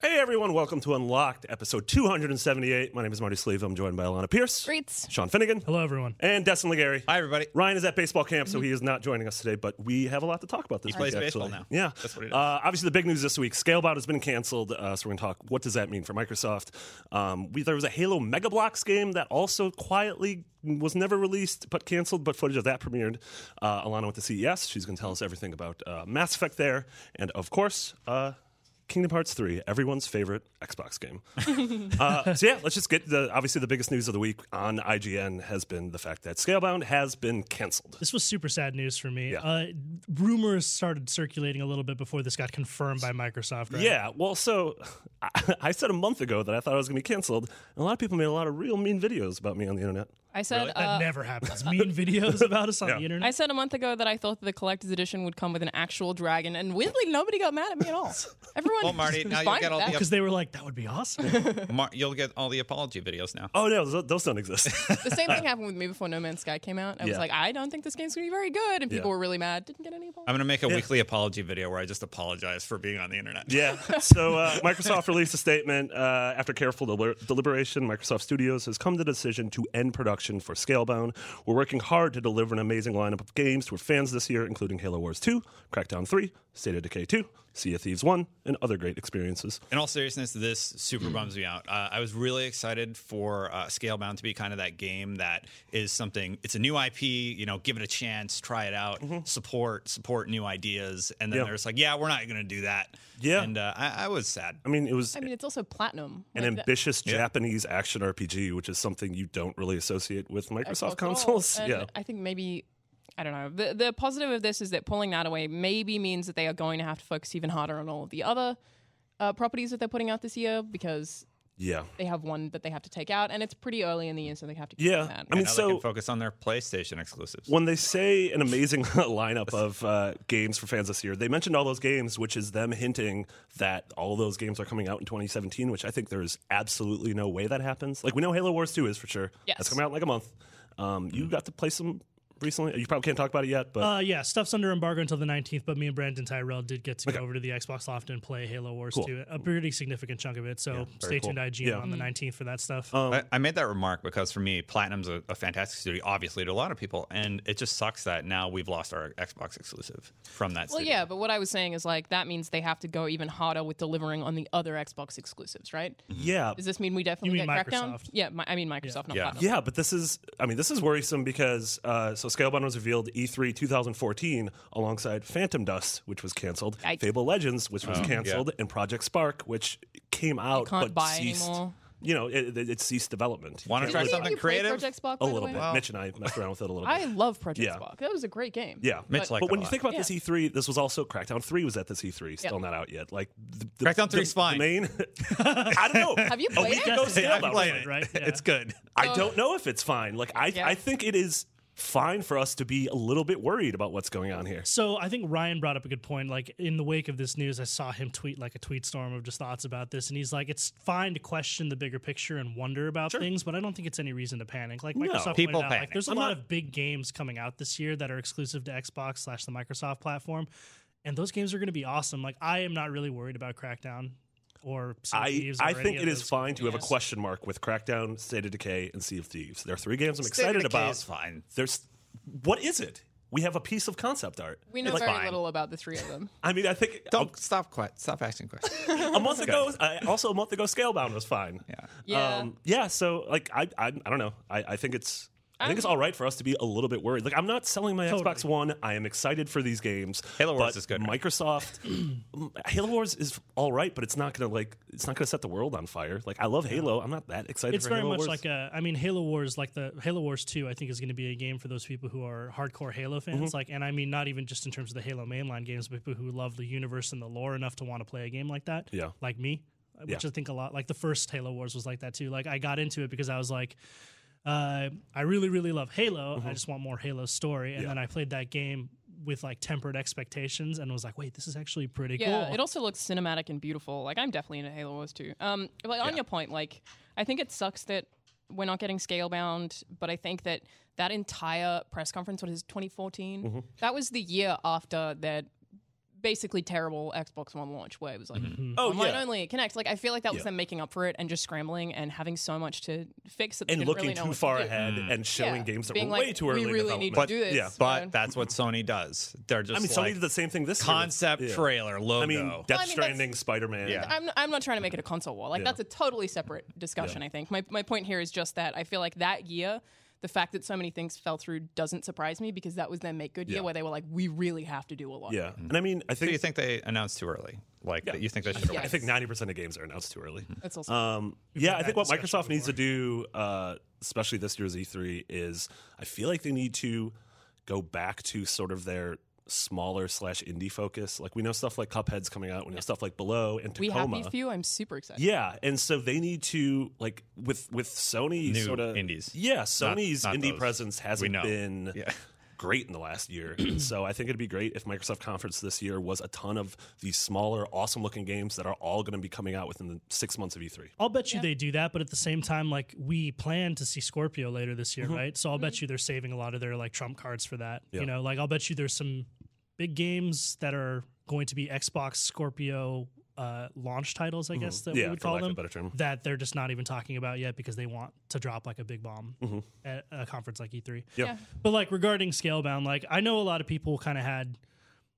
Hey everyone, welcome to Unlocked, episode 278. My name is Marty Sleeve. I'm joined by Alana Pierce, Streets. Sean Finnegan, Hello, everyone. and Destin Legary. Hi, everybody. Ryan is at baseball camp, so he is not joining us today, but we have a lot to talk about this He week. plays baseball actually. now. Yeah. That's what he does. Uh, obviously, the big news this week Scalebound has been canceled, uh, so we're going to talk what does that mean for Microsoft. Um, we, there was a Halo Mega Bloks game that also quietly was never released but canceled, but footage of that premiered. Uh, Alana went to CES. She's going to tell us everything about uh, Mass Effect there, and of course, uh, Kingdom Hearts 3, everyone's favorite Xbox game. Uh, so yeah, let's just get the obviously the biggest news of the week on IGN has been the fact that Scalebound has been canceled. This was super sad news for me. Yeah. Uh, rumors started circulating a little bit before this got confirmed by Microsoft. Right? Yeah, well, so I, I said a month ago that I thought I was going to be canceled, and a lot of people made a lot of real mean videos about me on the internet. I said That uh, never happens. Mean videos about us on the internet. I said a month ago that I thought that the collector's edition would come with an actual dragon, and weirdly, nobody got mad at me at all. Everyone, Well, Marty, was now you'll fine get with all that. because they were like, that would be awesome. Mar- you'll get all the apology videos now. Oh no, those, those don't exist. the same thing happened with me before No Man's Sky came out. I Yeah. was like, I don't think this game's gonna be very good, and people Yeah. were really mad. Didn't get any apologies. I'm going to make a weekly apology video where I just apologize for being on the internet. Yeah. So uh, Microsoft released a statement uh, after careful delir- deliberation. Microsoft Studios has come to the decision to end production for Scalebound. We're working hard to deliver an amazing lineup of games to our fans this year, including Halo Wars 2, Crackdown 3, State of Decay 2, Sea of Thieves 1, and other great experiences. In all seriousness, this super Mm. bums me out. Uh, I was really excited for uh, Scalebound to be kind of that game that is something. It's a new IP. You know, give it a chance, try it out, support support new ideas, and then Mm-hmm. Yeah. there's like, yeah, we're not going to do that. Yeah. and uh, I, I was sad. I mean, it was. I mean, it's also platinum. an Like, that- ambitious Yeah. Japanese action RPG, which is something you don't really associate with Microsoft at all. consoles. And Yeah, I think maybe I don't know. The the positive of this is that pulling that away maybe means that they are going to have to focus even harder on all of the other uh, properties that they're putting out this year because yeah, they have one that they have to take out, and it's pretty early in the year, so they have to keep yeah. that. I mean, Now so they can focus on their PlayStation exclusives. when they say an amazing lineup of uh, games for fans this year, they mentioned all those games, which is them hinting that all those games are coming out in 2017, which I think there is absolutely no way that happens. Like, we know Halo Wars 2 is for sure. Yes. That's coming out in like a month. Um, Mm. you got to play some recently. You probably can't talk about it yet, but Uh, yeah, stuff's under embargo until the 19th, but me and Brandon Tyrell did get to go over to the Xbox Loft and play Halo Wars 2, a pretty significant chunk of it. So stay tuned to IGN Yeah. on the Mm-hmm. 19th for that stuff. I, I made that remark because for me, Platinum's a, a fantastic studio, obviously to a lot of people, and it just sucks that now we've lost our Xbox exclusive from that. Well, studio. yeah, but what I was saying is like that means they have to go even harder with delivering on the other Xbox exclusives, right? yeah. Does this mean we definitely mean get Crackdown? Microsoft. Yeah, mi- I mean Microsoft, not Yeah. Platinum. Yeah, but this is, I mean, this is worrisome because uh, so Scalebound was revealed E E3 2014 alongside Phantom Dust, which was canceled, Yikes. Fable Legends, which Oh, was canceled, and Project Spark, which came out can't but buy ceased. anymore. You know, it, it, it ceased development. You Wanna can't try Did really- any of something you play creative? Project Spark, A by the little way? bit. Mitch and I messed around with it a little bit. I love Project Yeah. Spark. That was a great game. yeah. Mitch liked but it when a you lot. think about Yeah. this E3, this was also Crackdown 3 was at this E3, still not out yet. Like the, the, Crackdown 3 's the- the fine. main, I don't know. Have you a played week it? ago, Yeah, I Scalebound played was- it. right? Yeah. It's good. I don't know if it's fine. Like I, Yeah. I think it is fine for us to be a little bit worried about what's going on here. So I think Ryan brought up a good point. Like in the wake of this news, I saw him tweet like a tweet storm of just thoughts about this, and he's like, "It's fine to question the bigger picture and wonder about things, but I don't think it's any reason to panic." Like Microsoft pointed people out, like panic. there's a I'm lot not- of big games coming out this year that are exclusive to Xbox slash the Microsoft platform, and those games are going to be awesome. Like I am not really worried about Crackdown or Sea of I, Thieves I or any think of it is those fine to have a games. question mark with Crackdown, State of Decay, and Sea of Thieves. There are three games I'm State of excited Decay about. is fine. There's what is it? We have a piece of concept art. We know It's very fine. little about the three of them. I mean, I think oh. Don't stop. Quite, stop asking questions. a month ago, uh, also a month ago, Scalebound was fine. Yeah. Yeah. Um, yeah. So like, I, I, I don't know. I, I think it's. I think it's all right for us to be a little bit worried. Like, I'm not selling my Xbox One. I am excited for these games. Halo Wars but is good, right? Microsoft, Mm, Halo Wars is all right, but it's not gonna like it's not gonna set the world on fire. Like, I love Halo. I'm not that excited. It's for very Halo much Wars. like a. I mean, Halo Wars, like the Halo Wars Two, I think is going to be a game for those people who are hardcore Halo fans. Mm-hmm. Like, and I mean, not even just in terms of the Halo mainline games, but people who love the universe and the lore enough to want to play a game like that. Yeah. like me, which I think a lot. Like the first Halo Wars was like that too. Like I got into it because I was like. Uh, I really, really love Halo. Mm-hmm. I just want more Halo story. And then I played that game with like tempered expectations and was like, wait, this is actually pretty Yeah, cool. it also looks cinematic and beautiful. Like I'm definitely into Halo Wars too. Um, like on your point, like I think it sucks that we're not getting scale bound, but I think that that entire press conference, what is 2014, Mm-hmm. that was the year after that basically terrible Xbox One launch, where it was like Oh, online yeah. only connect. Like I feel like that was Yeah. them making up for it and just scrambling and having so much to fix that they and didn't looking really know too what to far do. Mm-hmm. ahead and showing Yeah, games that being were like, way too "We early. in really need to development. do this. Yeah. Yeah. But that's what Sony does. They're just I mean, Sony like did the same thing this year with- concept yeah. trailer logo. I mean, Death I mean, that's- Stranding, Spider Man. Yeah. I'm, I'm not trying to make it a console war. Like that's a totally separate discussion. I think my my point here is just that I feel like that year, the fact that so many things fell through doesn't surprise me because that was their make good year Yeah. where they were like, we really have to do a lot. Yeah. Mm. And I mean, I do you think think they announced too early? Like that you think they should have Yeah. I think ninety percent of games are announced too early. That's also Um, yeah, I had think what that discussion Microsoft needs to do, uh, especially this year's E3, is I feel like they need to go back to sort of their smaller slash indie focus. Like we know stuff like Cuphead's coming out, we know stuff like Below and we Tacoma. happy few. I'm super excited. Yeah, and so they need to like with with Sony New sort of indies. Yeah, Sony's not indie those. presence hasn't know. been Yeah. great in the last year. so I think it'd be great if Microsoft conference this year was a ton of these smaller, awesome looking games that are all going to be coming out within the six months of E E3. I'll bet you they do that, but at the same time, like we plan to see Scorpio later this year, right? So I'll bet you they're saving a lot of their like trump cards for that. Mm-hmm. Yeah. You know, like I'll bet you there's some big games that are going to be Xbox Scorpio uh, launch titles, I guess that Mm-hmm. Yeah, we would for call lack of a them, better term. that they're just not even talking about yet because they want to drop like a big bomb at a conference like E3. Yeah. But like regarding Scalebound, like I know a lot of people kind of had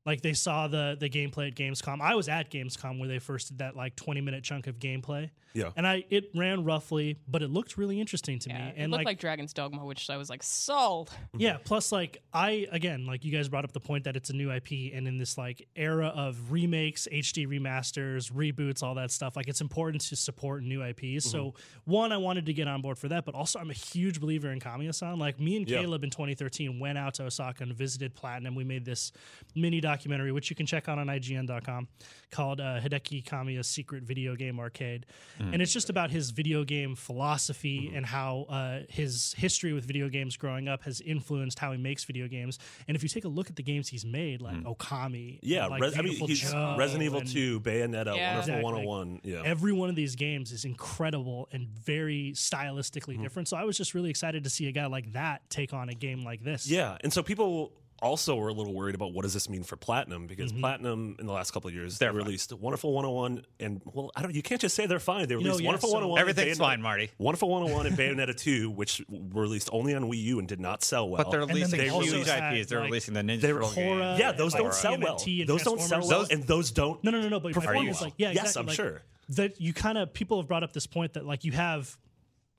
like they saw the the gameplay at Gamescom. I was at Gamescom where they first did that like 20 minute chunk of gameplay. Yeah. And I it ran roughly, but it looked really interesting to Yeah, me. it And looked like, like, Dragon's Dogma, which I was like sold. yeah, plus like I again, like you guys brought up the point that it's a new IP and in this like era of remakes, HD remasters, reboots, all that stuff, like it's important to support new IPs. So one, I wanted to get on board for that, but also I'm a huge believer in Kamiya-san. Like me and Yeah. Caleb in 2013 went out to Osaka and visited Platinum. We made this mini documentary, which you can check out on IGN.com, called uh, Hideki Kamiya's Secret Video Game Arcade, Hmm. and it's just about his video game philosophy and how uh, his history with video games growing up has influenced how he makes video games. And if you take a look at the games he's made, like Okami, Hmm. Yeah, and, like, Res- I mean, Beautiful he's Joe Resident Evil and- 2, Bayonetta, Yeah. Wonderful Exactly. 101. Yeah. Every one of these games is incredible and very stylistically Hmm. different. So I was just really excited to see a guy like that take on a game like this. yeah. And so people also were a little worried about what does this mean for Platinum because Mm-hmm. Platinum in the last couple of years they released Wonderful 101 and well I don't you can't just say they're fine they know, released yeah, Wonderful so- 101 and Everything's Bayonetta- fine, Marty. Wonderful 101 and Bayonetta 2 which were released only on Wii U and did not sell well But they're then releasing they also huge IPs. had, they're like, releasing the Ninja they're Turtle game. horror- Yeah, those Uh, Like don't sell well. TMNT and Those don't sell Transformers. well, and those don't. No, no, no, no. But my Are point you- is like, yeah, Yes, exactly, I'm like, sure. That you kind of people have brought up this point that like you have,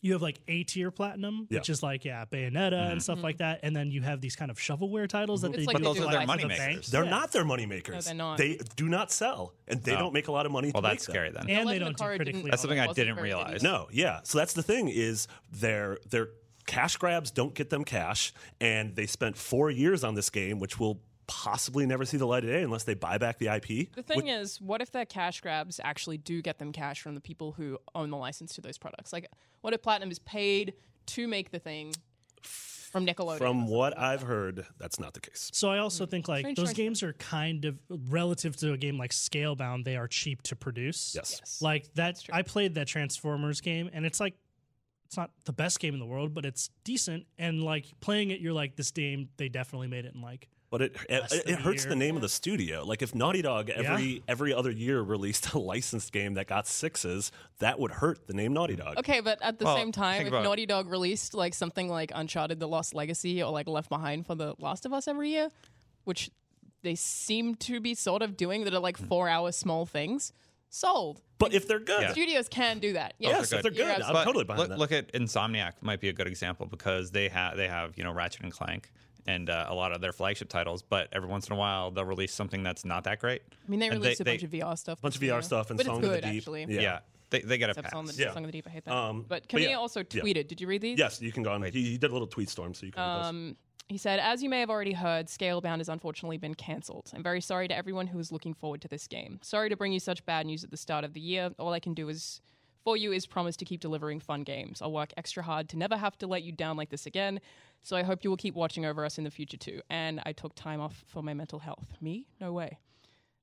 you have like A tier platinum, Yeah. Mm-hmm. which is like yeah, Bayonetta and stuff like that, and then you have these kind of shovelware titles that Mm-hmm. It's they like do But those for, are like, their for the moneymakers. banks. They're Yeah. not their moneymakers. No, they're not. They do not sell, and they don't make a lot of money. Well, to make that's scary them. then. and they don't Legend of do Korra critically. didn't- That's well. something I wasn't didn't very good realize. either. No, yeah. So that's the thing is their their cash grabs don't get them cash, and they spent four years on this game, which will possibly never see the light of day unless they buy back the IP. The thing which- is, what if their cash grabs actually do get them cash from the people who own the license to those products? Like, what if Platinum is paid to make the thing? from Nickelodeon. From what I've heard, that's not the case. So I also think like Strange those choice. games are kind of relative to a game like Scalebound, they are cheap to produce. Yes. Like that I played that Transformers game and it's like it's not the best game in the world, but it's decent and like playing it you're like this game they definitely made it in like But it it, than it a hurts year. the name of the studio. Like if Naughty Dog every every other year released a licensed game that got sixes, that would hurt the name Naughty Dog. Okay, but at the Well, same time, think if about it. Naughty Dog released like something like Uncharted: The Lost Legacy or like Left Behind for The Last of Us every year, which they seem to be sort of doing, that are like Hmm. four-hour small things, sold. But if they're good, Studios can do that. Oh, Yeah. yes, if Oh, they're You're good, I'm absolutely- totally behind look, that. look at Insomniac might be a good example because they have they have you know Ratchet and Clank and uh, a lot of their flagship titles, but every once in a while they'll release something that's not that great. I mean, they And released they- a bunch of VR stuff. bunch of this year, VR stuff and but Song it's good, of the Deep. Actually. yeah, they, they get a Except pass. Song, of the, Yeah. Song of the Deep. I hate that. Um, but but Camille yeah. also Yeah. tweeted. Did you read these? Yes, you can go on. He, he did a little tweet storm, so you can. read those. Um, He said, as you may have already heard, Scalebound has unfortunately been cancelled. I'm very sorry to everyone who was looking forward to this game. Sorry to bring you such bad news at the start of the year. All I can do is for you is promise to keep delivering fun games. I'll work extra hard to never have to let you down like this again. So I hope you will keep watching over us in the future too. And I took time off for my mental health. Me? No way.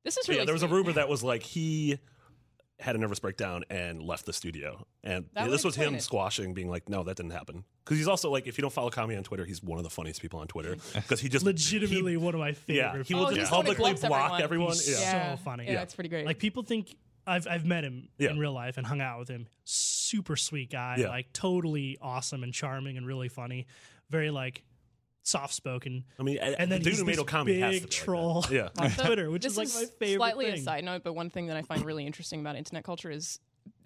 This is really yeah, there was a sweet. rumor that was like he had a nervous breakdown and left the studio, and That would this was explain him it. squashing, being like, "No, that didn't happen." Because he's also like, if you don't follow Kami on Twitter, he's one of the funniest people on Twitter because he just legitimately he- one of my favorite. yeah, he will Oh, just he's the one who publicly blocks block everyone. everyone. Yeah. He's so funny. Yeah, Yeah. it's pretty great. Like people think I've I've met him Yeah. in real life and hung out with him. Super sweet guy, Yeah. like totally awesome and charming and really funny. Very like soft spoken. I mean, And then the dude he's who made this Okami has to big be like that. troll Yeah. on Twitter, which This is like is my favorite Slightly thing. a side note, but one thing that I find really interesting about internet culture is,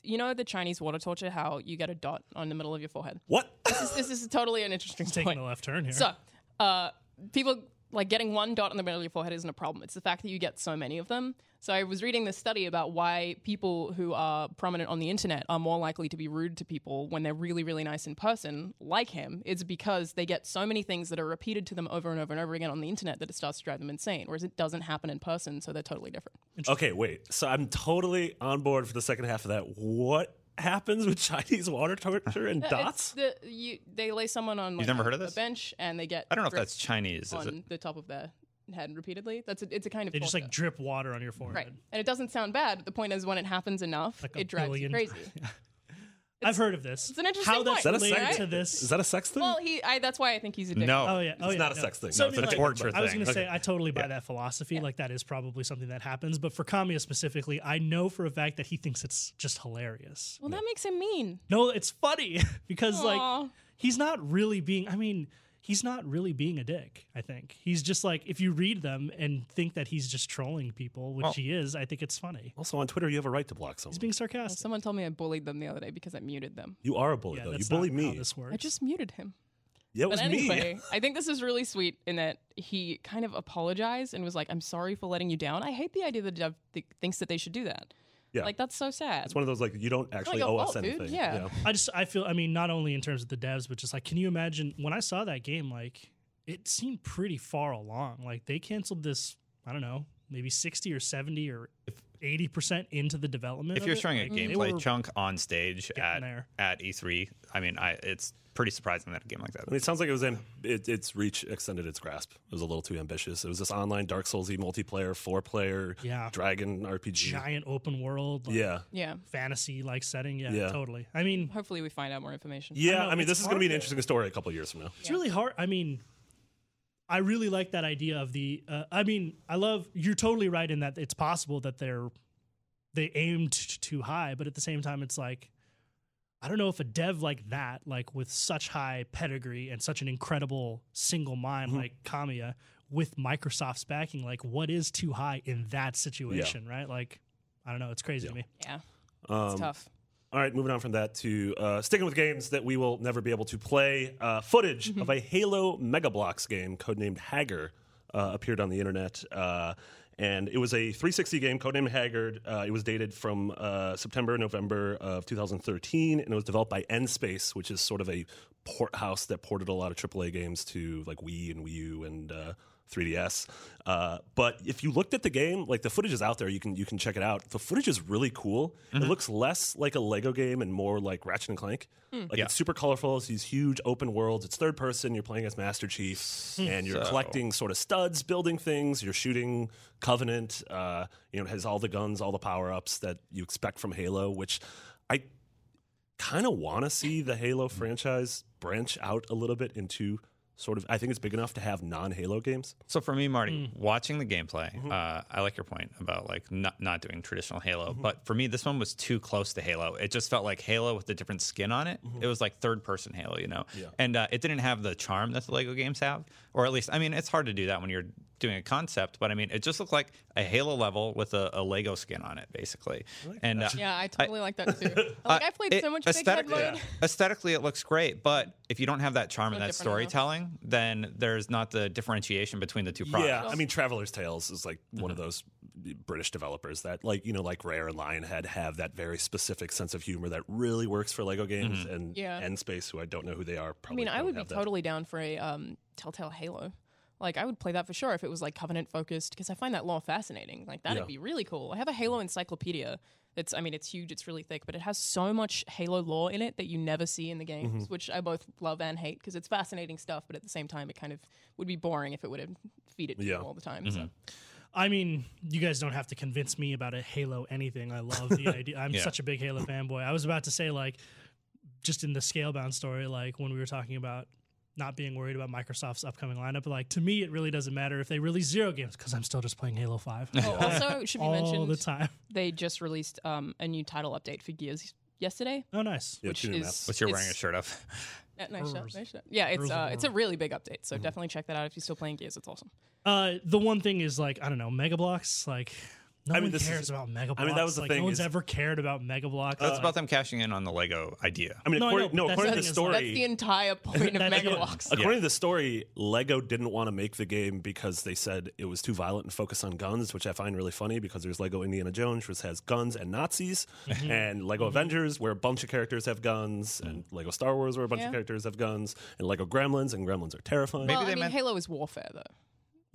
you know, the Chinese water torture, how you get a dot on the middle of your forehead. What? This, this is totally an interesting He's taking point. a left turn here. So, uh, people like getting one dot on the middle of your forehead isn't a problem. It's the fact that you get so many of them. So I was reading this study about why people who are prominent on the internet are more likely to be rude to people when they're really, really nice in person, like him. It's because they get so many things that are repeated to them over and over and over again on the internet that it starts to drive them insane. Whereas it doesn't happen in person, so they're totally different. Okay, wait. So I'm totally on board for the second half of that. What happens with Chinese water torture and It's dots? the, you, they lay someone on like, never heard of a this? bench and they get I don't know if gripped that's Chinese, is on it? the top of their head repeatedly. That's a, it's a kind of they just torture. like drip water on your Right. forehead. And it doesn't sound bad. But the point is, when it happens enough, Like a it drives you billion- crazy. I've heard of this. It's an interesting How that's point. Is that a related sex- to this. Is that a sex thing? Well, he. I, that's why I think he's addicted. No, Oh yeah, oh, It's yeah, not a no. sex thing. So, No, it's I a mean, like, torture I was thing. going to say I totally buy that philosophy. Like that is probably something that happens. But for Kamiya specifically, I know for a fact that he thinks it's just hilarious. Well, that makes him mean. No, it's funny because like Aw. he's not really being. I mean, he's not really being a dick. I think he's just like if you read them and think that he's just trolling people, which he is. I think it's funny. also on Twitter, you have a right to block someone. He's being sarcastic. Someone told me I bullied them the other day because I muted them. you are a bully, yeah, though. You that's bully not how me. This works. I just muted him. Yeah, it But was me. anyway, I think this is really sweet in that he kind of apologized and was like, "I'm sorry for letting you down." I hate the idea that Dev th- thinks that they should do that. Yeah. Like that's so sad. It's one of those like you don't actually your owe us fault, dude. anything. Yeah. I just I feel I mean not only in terms of the devs, but just like can you imagine when I saw that game like it seemed pretty far along. Like they canceled this I don't know maybe sixty or seventy or eighty percent into the development. If of you're it, showing a like, they gameplay were- chunk on stage at there. at E3, I mean, I it's pretty surprising that a game like that. I mean, it sounds like it was in, it, its reach extended its grasp. It was a little too ambitious. It was this online Dark Soulsy multiplayer, four player, Yeah. dragon RPG. giant open world, like, Yeah, yeah. fantasy like setting. Yeah, Yeah. totally. I mean, Hopefully, we find out more information. yeah. I, know, mean, it's this is going to be an hard. interesting story a couple years from now. It's really hard. I mean, I really like that idea of the. Uh, I mean, I love. You're totally right in that it's possible that they're they aimed t- too high, but at the same time, it's like I don't know if a dev like that, like with such high pedigree and such an incredible single mind like Kamiya, with Microsoft's backing, like what is too high in that situation, right? Like, I don't know. It's crazy to me. Yeah. Um, It's tough. All right, moving on from that to uh, sticking with games that we will never be able to play. Uh, footage of a Halo Mega Bloks game, codenamed Hagger, uh, appeared on the internet. Uh, and it was a 360 game, codenamed Haggard. Uh, it was dated from uh, September, November of 2013, and it was developed by Nspace, which is sort of a port house that ported a lot of AAA games to like Wii and Wii U and uh, 3DS. Uh, but if you looked at the game, like the footage is out there, you can you can check it out. The footage is really cool. It looks less like a Lego game and more like Ratchet and Clank. Like it's super colorful. It's these huge open worlds. It's third person. You're playing as Master Chief, and you're collecting sort of studs, building things. You're shooting Covenant. Uh, you know, it has all the guns, all the power ups that you expect from Halo, which I kind of want to see the Halo franchise branch out a little bit into sort of. I think it's big enough to have non-Halo games. So for me, Marty, Mm. watching the gameplay, Mm-hmm. uh, I like your point about like not, not doing traditional Halo, Mm-hmm. but for me, this one was too close to Halo. It just felt like Halo with a different skin on it. Mm-hmm. It was like third person Halo, you know, and uh, it didn't have the charm that the Lego games have, or at least, I mean, it's hard to do that when you're doing a concept, but I mean, it just looked like a Halo level with a, a Lego skin on it, basically. and uh, Yeah, I totally like that too. Like I played it- so much Big Head aesthetically, Mode. aesthetically, it looks great, but if you don't have that charm and that different enough. storytelling, then there's not the differentiation between the two products. Yeah, I mean, Traveler's Tales is like one Mm-hmm. of those British developers that, like you know, like Rare and Lionhead have that very specific sense of humor that really works for Lego games Mm-hmm. and Yeah. End Space, who I don't know who they are. I Probably mean, I don't would be have that. totally down for a um, Telltale Halo. Like, I would play that for sure if it was like Covenant focused, because I find that lore fascinating. Like, that'd Yeah. be really cool. I have a Halo encyclopedia. That's, I mean, it's huge, it's really thick, but it has so much Halo lore in it that you never see in the games, Mm-hmm. which I both love and hate because it's fascinating stuff, but at the same time, it kind of would be boring if it would have feed it to Yeah. Mm-hmm. you all the time. So. I mean, you guys don't have to convince me about a Halo anything. I love the idea. I'm Yeah. such a big Halo fanboy. I was about to say, like, just in the Scalebound story, like when we were talking about not being worried about Microsoft's upcoming lineup, but, like to me, it really doesn't matter if they release zero games because I'm still just playing Halo Five Oh, also, it should be all mentioned the time. they just released um, a new title update for Gears yesterday. Oh, nice. Yeah, which tune 'em out. is Which you're wearing a it's- shirt of. Uh, nice shot, Brewers. nice shot. Yeah, it's Brewers of uh, it's a War. really big update, so definitely check that out if you're still playing Gears. It's awesome. Uh, the one thing is like I don't know, Mega Blocks. Like no I mean, one this is- cares about Mega Blocks. I mean, that was the like, thing No one's is- ever cared about Mega Blocks. Uh, That's about them cashing in on the Lego idea. I mean, No, I according, know, no, but that's according to the the thing is, like- story, That's the entire point of That's- Mega yeah. Walks. According to the story, Lego didn't want to make the game because they said it was too violent and focused on guns, which I find really funny because there's Lego Indiana Jones, which has guns and Nazis, Mm-hmm. and Lego Avengers, where a bunch of characters have guns, and Mm. Lego Star Wars, where a bunch Yeah. of characters have guns, and Lego Gremlins, and Gremlins are terrifying. Well, Maybe they I mean, meant- Halo is warfare, though.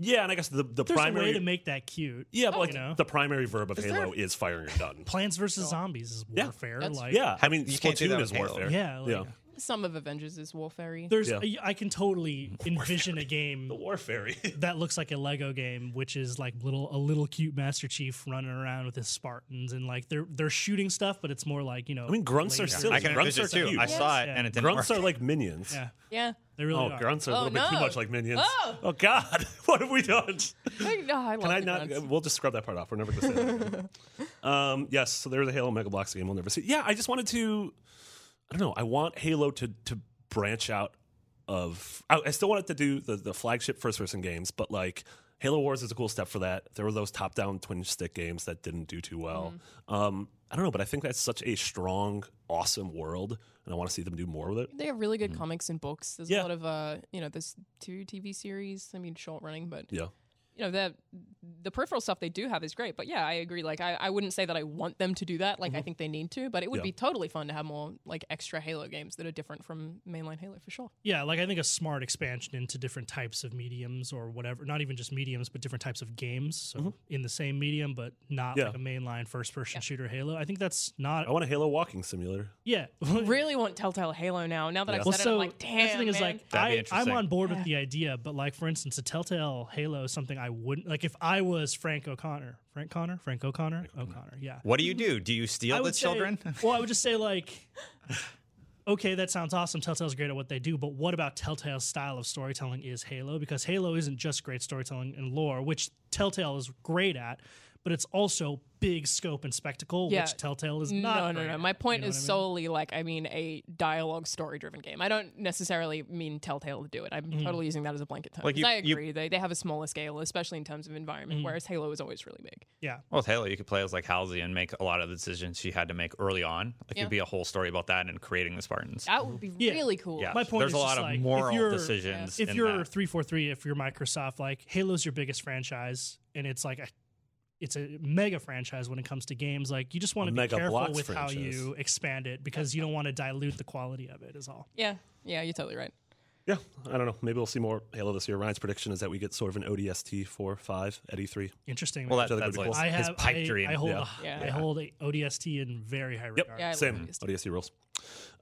Yeah, and I guess the, the There's primary a way to make that cute. yeah, but like you know. the primary verb of Halo is firing a gun. Plants versus Zombies is Yeah. warfare. That's- like yeah, I mean You can't do that Splatoon with is Halo. warfare. yeah, like, yeah, Some of Avengers is warfare There's Yeah. I can totally envision a game the warfare. that looks like a Lego game, which is like little a little cute Master Chief running around with his Spartans and like they're they're shooting stuff, but it's more like you know. I mean, grunts are laser. silly. I can grunts envision are it too. cute. I saw it Yeah. and it didn't grunts work. are like minions. Yeah, Yeah. they really Oh, are. grunts are a Oh, little bit too no. much like minions. Oh. Oh God, what have we done? I, oh, I love Can I the not? guns. We'll just scrub that part off. We're never going to say that. again. um, yes, so there's a Halo Mega Bloks game we'll never see. Yeah, I just wanted to. I don't know. I want Halo to to branch out of. I, I still wanted to do the the flagship first person games, but like. Halo Wars is a cool step for that. There were those top down twin stick games that didn't do too well. Um, I don't know, but I think that's such a strong, awesome world, and I want to see them do more with it. They have really good comics and books. There's Yeah. a lot of, uh, you know, there's two TV series. I mean, short running, but Yeah. you know, the the peripheral stuff they do have is great. But yeah, I agree. Like, I, I wouldn't say that I want them to do that. Like, I think they need to, but it would Yeah. be totally fun to have more like extra Halo games that are different from mainline Halo for sure. Yeah, like I think a smart expansion into different types of mediums or whatever, not even just mediums, but different types of games. So in the same medium, but not Mm-hmm. Yeah. Oh, like a mainline first person shooter Halo. I think that's not. I want a Halo walking simulator. Yeah. really want Telltale Halo now. Now that I've Well, said it, so I'm like, damn, that's the thing is man. like That'd be I, I'm interesting. on board with the idea, but like for instance, a Telltale Halo is something I wouldn't like if I was Frank O'Connor, Frank Connor, Frank O'Connor, O'Connor, yeah. What do you do? Do you I steal the would say- children? well, I would just say like, okay, that sounds awesome. Telltale's great at what they do, but what about Telltale's style of storytelling is Halo? Because Halo isn't just great storytelling and lore, which Telltale is great at, but it's also big scope and spectacle, Yeah. which Telltale is not. no, no, great no. at, My you point know is what I mean? solely like, I mean, a dialogue story driven game. I don't necessarily mean Telltale to do it. I'm Mm-hmm. totally using that as a blanket term. Like, 'Cause you- I you- agree. they, they have a smaller scale, especially in terms of environment, Mm-hmm. whereas Halo is always really big. Yeah. well, with Halo, you could play as like Halsey and make a lot of the decisions she had to make early on. Like Yeah. it'd be a whole story about that and creating the Spartans. That would be Yeah. really cool. Yeah, My point there's is a just, lot of like, if moral you're- decisions. if in you're that. 343 if you're microsoft like halo's your biggest franchise and it's like a it's a mega franchise when it comes to games like you just want A to be mega careful blocks with how franchise. you expand it because you don't want to dilute the quality of it is all yeah, yeah. You're totally right. Yeah, I don't know. Maybe we'll see more Halo this year. Ryan's prediction is that we get sort of an ODST four five at E three. Interesting. Well, man. that, Which I think that's would be like cool. I his have pipe I, dream. I hold Yeah. a- Yeah. I hold a ODST in very high regard. Yeah, I Same. love ODST. ODST rules.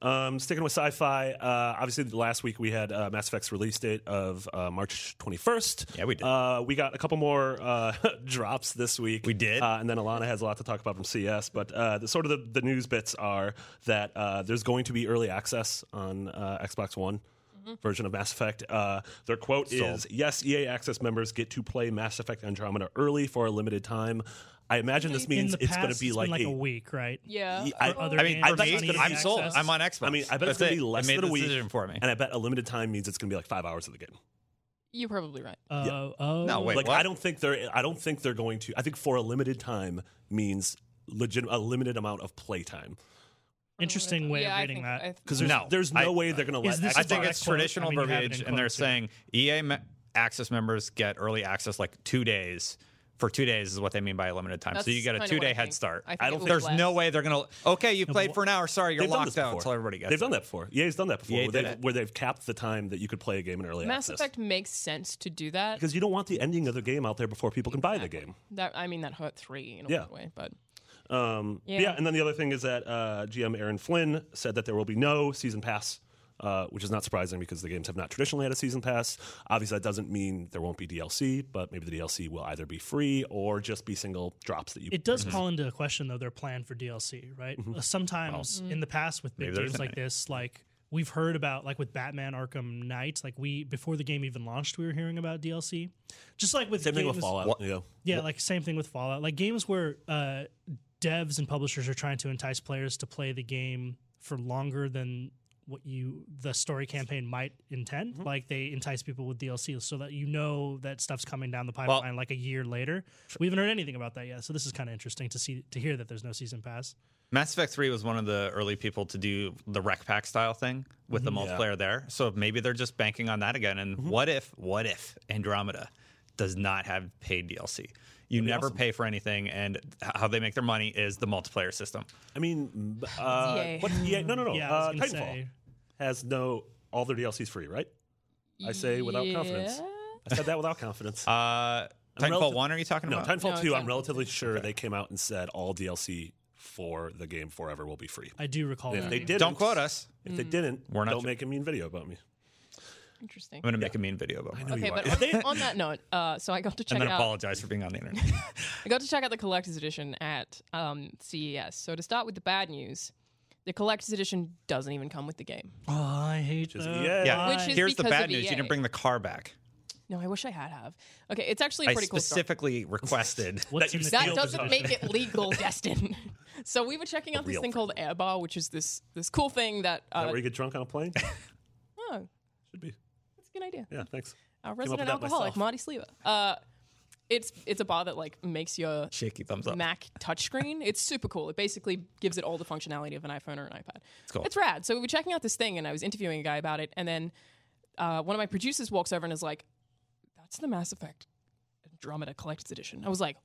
Um, sticking with sci-fi, uh, obviously the last week we had uh, Mass Effect's release date of uh, March 21st. Yeah, we did. Uh, we got a couple more uh, drops this week. We did. Uh, and then Alana has a lot to talk about from CS. But uh, the, sort of the, the news bits are that uh, there's going to be early access on uh, Xbox One. Mm-hmm. Version of Mass Effect. Uh, their quote is Yes, EA Access members get to play Mass Effect Andromeda early for a limited time. I imagine this In means the it's past, going to be it's like, been like a a week, right? Yeah. Ye- I- Well, other I mean, games I on think EA I'm sold. Access. I'm on Xbox. I mean, I bet That's it's going to it. be less I made than a the week. Decision for me. And I bet a limited time means it's going to be like five hours of the game. you're probably right. Uh, Oh, No, wait. like what? I don't think they're. I don't think they're going to. I think for a limited time means legit a limited amount of playtime Interesting way yeah, of I reading think- that. I th- because there's No. there's no I- way they're going to Is let. this I Xbox- think Xbox it's quote. traditional I mean, you have it verbiage, in and they're quotes, yeah. saying EA me- access members get early access like two days. For two days is what they mean by a limited time. so you That's get a kinda two what I day head think. start. I think don't it was think- There's no less. way they're gonna. Okay, you played wh- for an hour. Sorry, you're They've done locked this out before. until everybody gets. They've it. done that before. EA's done that before. EA where, did they've, it. where they've capped the time that you could play a game in early Mass access. Effect makes sense to do that. Because you don't want the ending of the game out there before people can buy the game. That I mean, that hurt three in a Yeah. weird way, but Um, yeah. Yeah. and then the other thing is that uh, GM Aaron Flynn said that there will be no season pass, uh, which is not surprising because the games have not traditionally had a season pass. Obviously, that doesn't mean there won't be DLC, but maybe the DLC will either be free or just be single drops that you. Mm-hmm. It does call into question though their plan for DLC, right? Uh, Sometimes in the past with big there games isn't like this, like we've heard about like with Batman Arkham Knight, like we before the game even launched, we were hearing about DLC. Just like with Same thing with games- Fallout. What- you know. Yeah, like same thing with Fallout. Like games where uh, devs and publishers are trying to entice players to play the game for longer than what you the story campaign might intend. Like they entice people with DLC so that you know that stuff's coming down the pipeline like a year later. We haven't heard anything about that yet, so this is kind of interesting to see to hear that there's no season pass. Mass Effect 3 was one of the early people to do the rec pack style thing with Mm-hmm. the multiplayer there. So maybe they're just banking on that again. And what if, what if Andromeda does not have paid DLC? You never pay for anything, and h- how they make their money is the multiplayer system. I mean, uh, It's what, yeah, no, no, no. Yeah, I uh, was gonna Titanfall say. has no all their DLCs free, right? I say without confidence. I said that without confidence. Uh, Titanfall relative- 1, are you talking no, about? Titanfall No, two. it's I'm not. relatively sure they came out and said all DLC for the game forever will be free. I do recall If that. they didn't, Don't quote us. If Hmm. they didn't, We're not don't ju- make a mean video about me. Interesting. I'm going to make a mean video about it. Okay, but on, on that note, uh, so I got to And check then out apologize for being on the internet. I got to check out the collector's edition at um, CES. So to start with the bad news, the collector's edition doesn't even come with the game. Oh, I hate Just- that. yeah. yeah. Which is Here's the because bad of news you EA. didn't bring the car back. No, I wish I had have. Okay, it's actually a I pretty cool. story. specifically requested. What's in the That deal? doesn't make it legal, Destin. so we were checking out this real thing called Airbar, which is this this cool thing that. Is that Uh, where you get drunk on a plane? oh, Should be. that's a good idea. Yeah, thanks. Our with resident that alcoholic, myself. Marty Sleva. Uh, it's it's a bar that like makes your Shaky thumbs up. Mac touchscreen. It's super cool. It basically gives it all the functionality of an iPhone or an iPad. It's cool. It's rad. So we were checking out this thing, and I was interviewing a guy about it, and then uh, one of my producers walks over and is like, "That's the Mass Effect Andromeda Collector's Edition." I was like.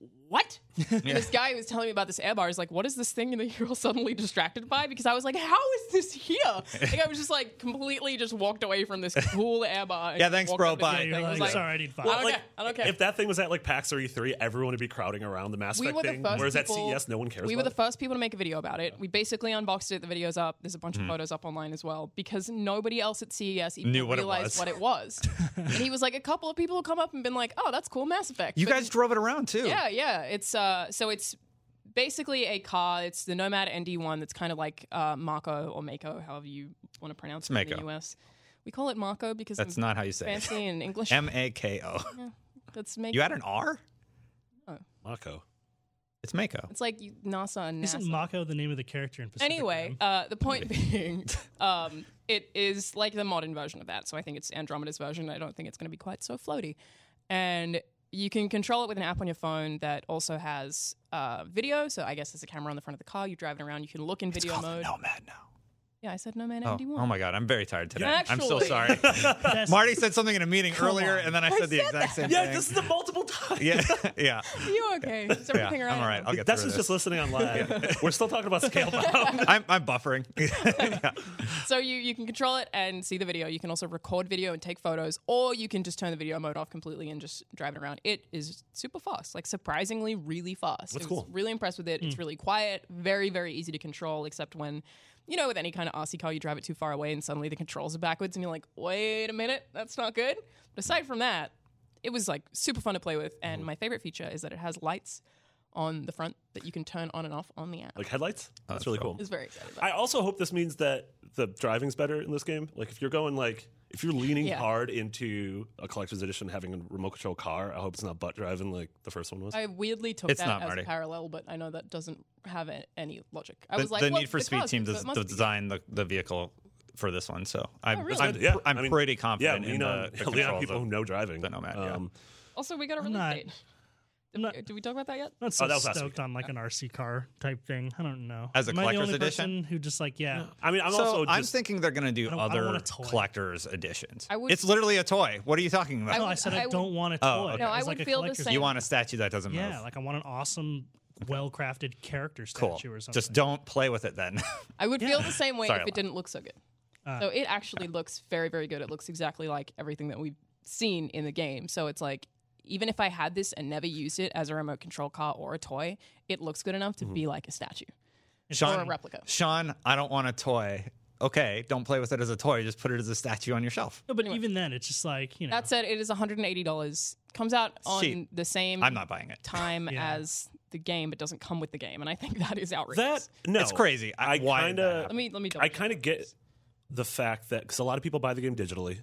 What? And this guy who was telling me about this air bar. is like, what is this thing that you're all suddenly distracted by? Because I was like, how is this here? Like, I was just like completely just walked away from this cool air bar. and Yeah, thanks, walked bro. up to the Bye. other Yeah, thing. you're I was like, "Sorry, I need five." I don't Like, care. I don't care. If that thing was at like PAX or E3, everyone would be crowding around the Mass we Effect were the thing. first Whereas E people, at CES, E no one cares. We were about the first people to make a video about it. We basically unboxed it. The video's up. There's a bunch of photos up online as well because nobody else at CES even Hmm. Knew what it realized was. what it was. and he was like, a couple of people have come up and been like, "Oh, that's cool, Mass Effect." You But guys drove it around too. yeah, yeah. It's uh, so it's basically a car. It's the Nomad ND one. That's kind of like uh, Marco or Mako, however you want to pronounce it in Mako. the US. We call it Marco because That's I'm not how you say it. fancy in English. M A K O. That's Mako. You had an R? Mako. It's Mako. it's like you- NASA and NASA. Isn't Mako the name of the character in Pacific anyway, Rim? uh, the point being, um, it is like the modern version of that. So I think it's Andromeda's version. I don't think it's going to be quite so floaty. And you can control it with an app on your phone that also has uh, video. So I guess there's a camera on the front of the car. You drive it around. You can look in video Call mode. it Nomad now. Yeah, I said No Man Oh, MD1. oh my God, I'm very tired today. I'm so Actually. sorry. That's- Marty said something in a meeting earlier, on. and then I said the exact same Yeah, thing. this is the multiple die. Yeah, yeah, you okay? Is yeah. everything I'm all right. I'll get That's through who's this. just listening online. We're still talking about Scalebound. I'm, I'm buffering. yeah. So you, you can control it and see the video. You can also record video and take photos, or you can just turn the video mode off completely and just drive it around. It is super fast, like surprisingly really fast. That's cool. Really impressed with it. It's really quiet, very very easy to control, except when. You know, with any kind of RC car, you drive it too far away and suddenly the controls are backwards, and you're like, wait a minute, that's not good. But aside from that, it was like super fun to play with. And my favorite feature is that it has lights on the front that you can turn on and off on the app. like headlights. Oh, That's really cool. It was very exciting. I also hope this means that the driving's better in this game. Like if you're going like if you're leaning Yeah. hard into a collector's edition having a remote control car, I hope it's not butt driving like the first one was. I weirdly took It's that not as Marty. a parallel, but I know that doesn't have a- any logic. I The, was like, the well, Need for the Speed cars, team so it does, must does be- design the, the vehicle for this one, so I'm, really? I'm, Good, yeah. I'm I mean, pretty yeah, confident in lean on, the, lean the on controls people of- who know driving. Um, the Nomad, yeah. Also, we got a release not- date. I'm not- Did we talk about that yet? Oh, not so that was last stoked week. on like an RC car type thing. I don't know. As a Am I the collector's only edition? person who just like yeah, I mean, I'm so also I'm just thinking they're gonna do don't- I don't other want a toy. collectors editions. I would- it's literally a toy. What are you talking I about? No, would- I said I, I would- don't want a toy. Oh, okay. No, I It's would like a feel the collector's same. you thing. want a statue that doesn't move? Yeah, like I want an awesome, well-crafted character statue cool. or something. Just don't play with it then. I would feel the same way Sorry, if Lana. it didn't look so good. so it actually looks very, very good. It looks exactly like everything that we've seen in the game. So it's like, even if I had this and never used it as a remote control car or a toy, it looks good enough to Mm-hmm. be like a statue or a Sean, replica. Sean, I don't want a toy. Okay, don't play with it as a toy. Just put it as a statue on your shelf. No, but even then, it's just like you know. That said, it is $180. Comes out on cheap. the same. I'm not buying it. time Yeah. as the game, but doesn't come with the game, and I think that is outrageous. that no. It's crazy. I- I, why did kind that of happen? let me let me. I double check kind of on get this. the fact that because a lot of people buy the game digitally.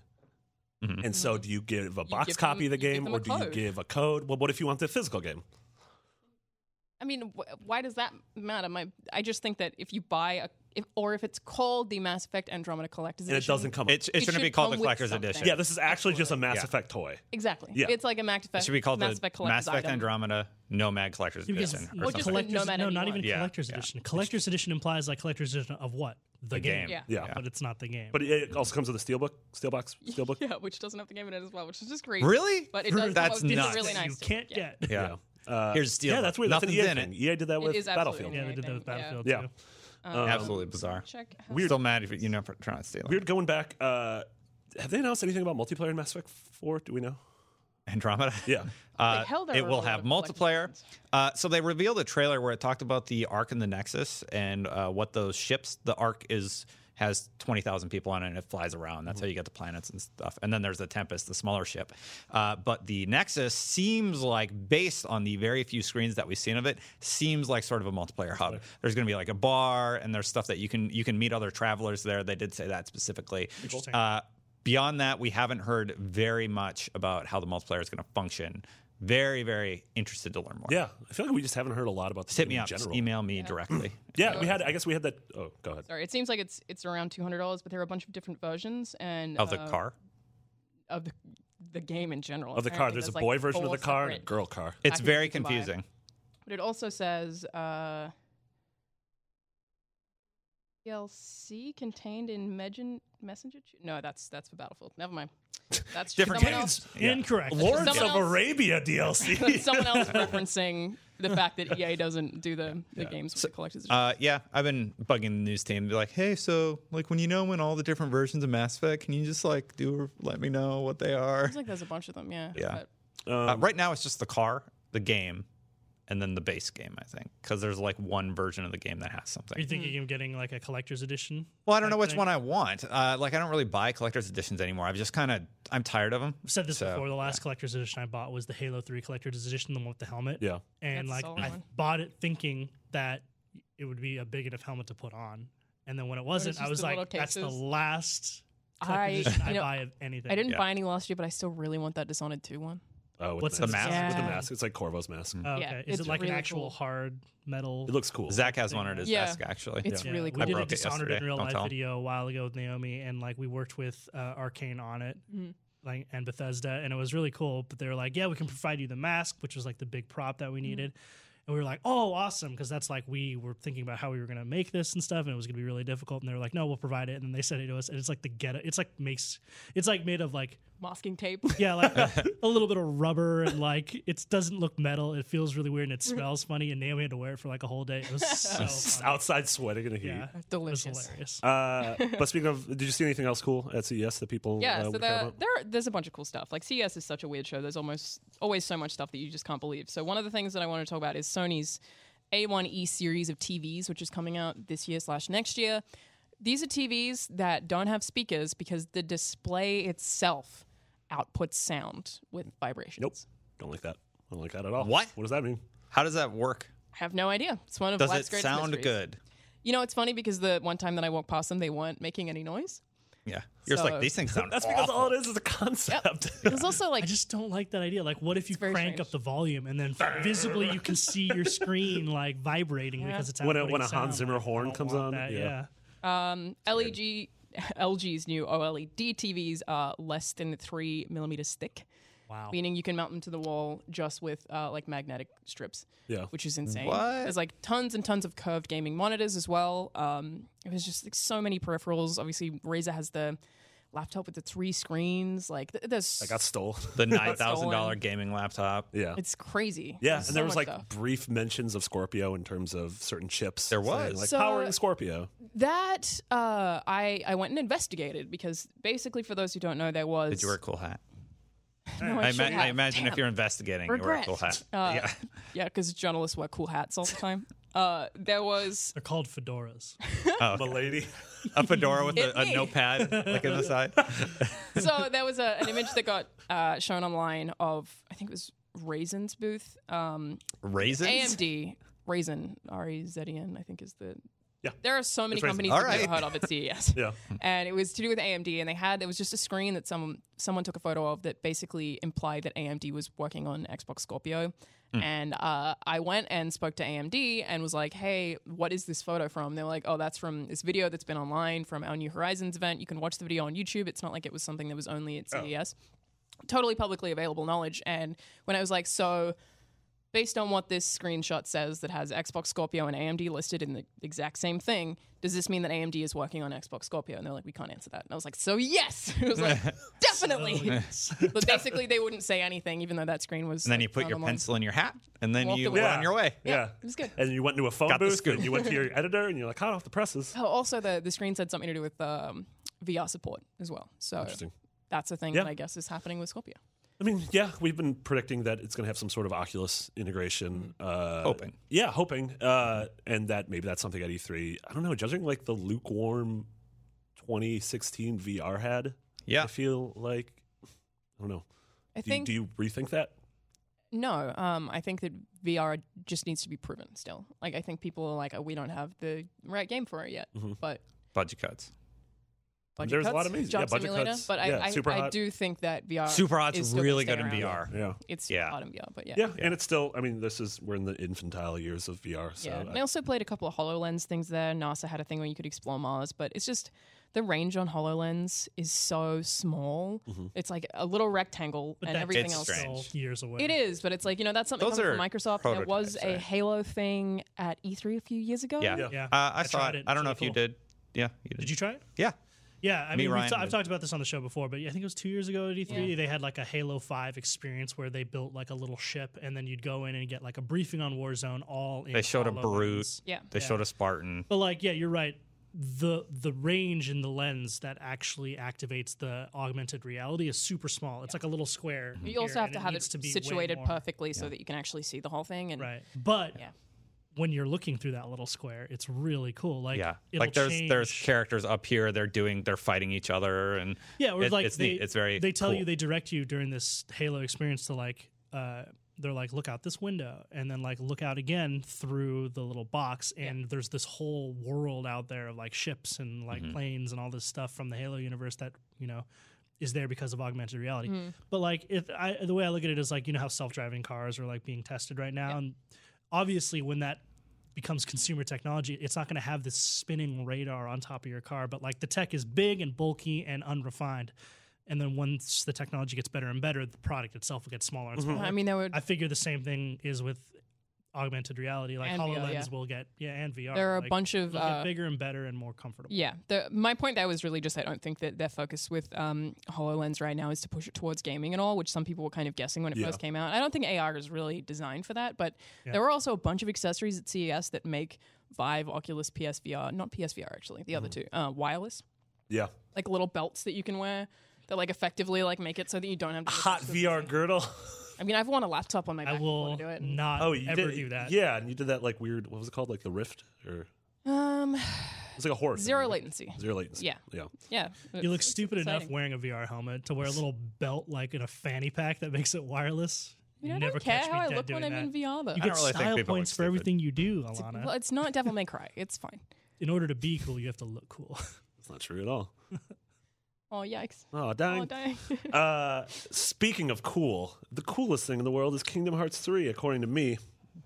Mm-hmm. And so, do you give a box give copy them- of the you give game, them a or do you code. give a code? Well, what if you want the physical game? I mean, wh- why does that matter? My, I just think that if you buy a, if, or if it's called the Mass Effect Andromeda Collector's And it Edition, doesn't come. It, it, It shouldn't be should called the come with collector's something. edition. yeah, this is actually just a Mass Yeah. Effect toy. exactly. Yeah. it's like a Mass it Effect. should be called Mass the Effect Collector's Mass Effect item. Andromeda Nomad Collector's Yeah, because- Edition. or Or just something. like- collector's, Nomad no, not even anyone. Yeah, collector's yeah. edition. Collector's edition implies like collector's edition of what? The, game. game. Yeah. Yeah. but it's not the game. But it- it also comes with a steelbook, steelbox, steelbook. Yeah, which doesn't have the game in it as well, which is just great. Really? But it does. That's come out- nuts. It's really nice. you too. can't Yeah. get. Yeah. Uh, Here's steel. Yeah, that's weird. That's an Nothing's EA in thing. it. EA did that It with is absolutely E Battlefield. in Yeah, it. they did that with Yeah. Battlefield Yeah. too. Absolutely bizarre. Check. how- Um, Weird. Still mad if you- you're not trying to steal it. Weird. Going back, uh, have they announced anything about multiplayer in Mass Effect Four? Do we know? Andromeda. Yeah. Uh, Like, hell, there it were will a lot have of collector's multiplayer. editions. Uh, so they revealed a trailer where it talked about the Ark and the Nexus and uh, what those ships. The Ark is has twenty thousand people on it and it flies around. That's how you get the planets and stuff. And then there's the Tempest, the smaller ship. Uh, but the Nexus seems like, based on the very few screens that we've seen of it, seems like sort of a multiplayer hub. There's going to be like a bar and there's stuff that you can you can meet other travelers there. They did say that specifically. Interesting. Uh, beyond that, we haven't heard very much about how the multiplayer is going to function. Very, very interested to learn more. Yeah, I feel like we just haven't heard a lot about this Just hit me in up. Just general. email me directly. Yeah, we had. I guess we had that. Oh, go ahead. Sorry, it seems like it's it's around two hundred dollars, but there are a bunch of different versions and Of the uh, car. of the the game in general. Of the car, Apparently there's a like, boy version of four the car and a separate- girl car. It's packages very you can buy. confusing. But it also says uh, DLC contained in Megin Messenger. Ch- No, that's that's for Battlefield. Never mind. That's Different someone games. else. Yeah. Incorrect. Lawrence Someone of else- Arabia That's DLC. someone else referencing the fact that EA doesn't do the, the games for the collectors. edition. Uh, yeah, I've been bugging the news team. Be like, hey, so like when you know when all the different versions of Mass Effect, can you just like do let me know what they are? Seems like there's a bunch of them. Yeah. Yeah. But Um, Uh, right now, it's just the car, the game, and then the base game. I think because there's like one version of the game that has something. Are you Mm-hmm. thinking of getting like a collector's edition? Well, I don't know type which thing? one I want. Uh, like, I don't really buy collector's editions anymore. I've just kind of, I'm tired of them. I've said this So, before. The last collector's edition I bought was the Halo 3 collector's edition, the one with the helmet. yeah. And That's like so I annoying. bought it thinking that it would be a big enough helmet to put on. And then when it wasn't, I just was the like, little that's the cases. last I- collector's edition I you know, buy of anything. I didn't Yeah. buy any last year, but I still really want that Dishonored 2 one. Oh, with What's the the mask? mask? With the Yeah. mask, it's like Corvo's mask. Mm-hmm. Uh, Oh, okay. Yeah, Is it it's like an really actual cool. hard metal? It looks cool. Zach has one at his Yeah. desk, actually. It's Yeah. really we cool. did broke a it Dishonored yesterday. in real Don't life tell. video a while ago with Naomi, and like we worked with uh, Arcane on it, Mm-hmm. like and Mm-hmm. Bethesda, and it was really cool. But they were like, "Yeah, we can provide you the mask," which was like the big prop that we needed. And we were like, oh, awesome. Because that's like, we were thinking about how we were going to make this and stuff. And it was going to be really difficult. And they were like, no, we'll provide it. And then they sent it to us. And it's like the ghetto. It's like makes, it's like made of like, Masking tape. yeah, like a little bit of rubber and like it doesn't look metal. It feels really weird and it Mm-hmm. smells funny. And Naomi had to wear it for like a whole day. It was so funny. Outside sweating in the heat. Yeah, it was Delicious. hilarious. Uh, but speaking of, did you see anything else cool at CES that people Yeah, uh, so would care the, about? there there's a bunch of cool stuff. Like CES is such a weird show. There's almost always so much stuff that you just can't believe. So one of the things that I want to talk about is Sony's A1E series of TVs, which is coming out this year slash next year. These are TVs that don't have speakers because the display itself outputs sound with vibrations. Nope, don't like that. I don't like that at all. What? What does that mean? How does that work? I have no idea. It's one of Does life's it greatest sound mysteries. good? You know, it's funny because the one time that I walked past them, they weren't making any noise. Yeah. You're just So- like, these things sound That's because awful. all it is is a concept. There's also I like just don't like that idea. Like, what if you very crank strange. up the volume and then visibly you can see your screen like vibrating because it's When a- outputting when a Hans sound. Zimmer Like, I horn don't comes want on, that, yeah. yeah. LEG, LG's new E OLED TVs are less than three millimeters thick, Wow. meaning you can mount them to the wall just with uh, like magnetic strips. Yeah. Mm. which is insane. What? There's like tons and tons of curved gaming monitors as well. Um, it was just like so many peripherals. Obviously, Razer has the laptop with the three screens. Like th- there's, I got stolen. The nine thousand dollar Stolen. gaming laptop. yeah. it's crazy. Yeah, There's and there so was much like stuff. brief mentions of Scorpio in terms of certain chips. There saying, was. like So- powering Scorpio. that. Uh, I I went and investigated because basically, for those who don't know, there was Did you wear a cool hat? No, I, I, ima- should I have. imagine if Damn. you're investigating, you wear a cool hat. Regret. Uh, yeah. Yeah, because journalists wear cool hats all the time. Uh, there was They're called fedoras. Milady. Oh. A fedora with Hit a, a me. notepad like in the side. so there was a, an image that got uh, shown online of I think it was Raisin's booth, um, Raisins. AMD Raisin R E Z E N I think is the. Yeah. There are so many It's Raisin. companies All I've never right. heard of at CES. Yeah. And it was to do with AMD, and they had it was just a screen that someone someone took a photo of that basically implied that AMD was working on Xbox Scorpio. Hmm. And uh, I went and spoke to AMD and was like, "Hey, what is this photo from?" They were like, "Oh, that's from this video that's been online from our New Horizons event. You can watch the video on YouTube. It's not like it was something that was only Oh. at CES. Totally publicly available knowledge." And when I was like, "So." based on what this screenshot says that has Xbox Scorpio and AMD listed in the exact same thing, does this mean that AMD is working on Xbox Scorpio? And they're like, we can't answer that. And I was like, so yes. It was like, definitely. but basically, they wouldn't say anything, even though that screen was. And then you put your pencil in your hat, and then Walked you away. went on your way. Yeah. It was good. And you went into a phone Got the booth scoop. and you went to your editor and you're like, hot off the presses. Oh, also, the, the screen said something to do with um, VR support as well. So Interesting. that's a thing Yeah. that I guess is happening with Scorpio. I mean, yeah, we've been predicting that it's going to have some sort of Oculus integration. Uh, Hoping. Yeah, hoping. Uh, and that maybe that's something at E3. I don't know. Judging like the lukewarm 2016 VR had, Yeah. I feel like, I don't know. I Do, you- think. do you rethink that? No, um, I think that VR just needs to be proven still. Like, I think people are like, oh, we don't have the right game for it yet. But Budget cuts. budget Mm-hmm. There's a cuts, lot of amazing- job yeah, budget simulator. cuts. But I, Yeah, I, Superhot. I do think that VR is Superhot's Uh, still really gonna good in stay around. VR. Yeah. It's Yeah. hot in VR, but yeah. Yeah, and it's still. I mean, this is we're in the infantile years of VR, so Yeah. I- And I also played a couple of HoloLens things there. NASA had a thing where you could explore Mars, but it's just the range on HoloLens is so small. Mm-hmm. It's like a little rectangle But and that's everything It's else. strange. still years away. It is, but it's like, you know, that's something Those coming from are Microsoft. There was prototypes, a right? Halo thing at E3 a few years ago. Yeah. Yeah. Uh, I, I saw tried it. it. I don't know It's if really you did. Yeah. You did. Did you try it? Yeah. Yeah, I Me, mean, we've Ryan, ta- I've did. talked about this on the show before, but I think it was two years ago at E3. They had like a Halo Five experience where they built like a little ship, and then you'd go in and get like a briefing on Warzone. All in They showed a HoloLens. brute. Yeah. They showed a Spartan. But like, yeah, you're right. The the range in the lens that actually activates the augmented reality is super small. It's like a little square. You here, also have and to have it needs to be way situated more- perfectly so that you can actually see the whole thing. And right? But Yeah. when you're looking through that little square, it's really cool. Like, Yeah. it'll like there's there's change- characters up here. They're doing. They're fighting each other, and Yeah, or it- like it's they, neat. It's very. They tell cool. you they direct you during this Halo experience to like, uh, they're like, look out this window, and then like look out again through the little box, and there's this whole world out there of like ships and Mm-hmm. like planes and all this stuff from the Halo universe that you know is there because of augmented reality. But like, if I the way I look at it is like, you know how self driving cars are like being tested right now, and obviously when that becomes consumer technology, it's not going to have this spinning radar on top of your car. But like the tech is big and bulky and unrefined. And then once the Mm-hmm. technology gets better and better, the product itself will get smaller and smaller. I mean, there were I figure the same thing is with augmented reality, like And VR, Hololens yeah. will get yeah, and VR. There are a like, bunch of, it'll get uh, bigger and better and more comfortable. Yeah, the, my point there was really just I don't think that their focus with um, Hololens right now is to push it towards gaming and all, which some people were kind of guessing when it first came out. I don't think AR is really designed for that, but there were also a bunch of accessories at CES that make Vive, Oculus, PSVR, not PSVR actually, the other Mm-hmm. two, uh, wireless, Yeah. like little belts that you can wear that like effectively like make it so that you don't have to. Hot VR girdle. I mean, I've worn a laptop on my back I will before to do it. and- not Oh, you ever did, do that. Yeah, and you did that like weird. What was it called? Like the Rift, or Um, it's like a horse. zero latency. Zero latency. Yeah. Yeah. Yeah, You it's- look it's stupid enough exciting. wearing a VR helmet to wear a little belt like in a fanny pack that makes it wireless. You know, I never don't care catch me how I dead look doing when I'm that. in VR though. You don't get really think people style look points for stupid. everything you do, Alana. Well, it's not Devil May Cry. It's fine. in order to be cool, you have to look cool. It's not true at all. Oh yikes! Oh, Oh dang. dang. Uh, speaking of cool, the coolest thing in the world is Kingdom Hearts 3, according to me.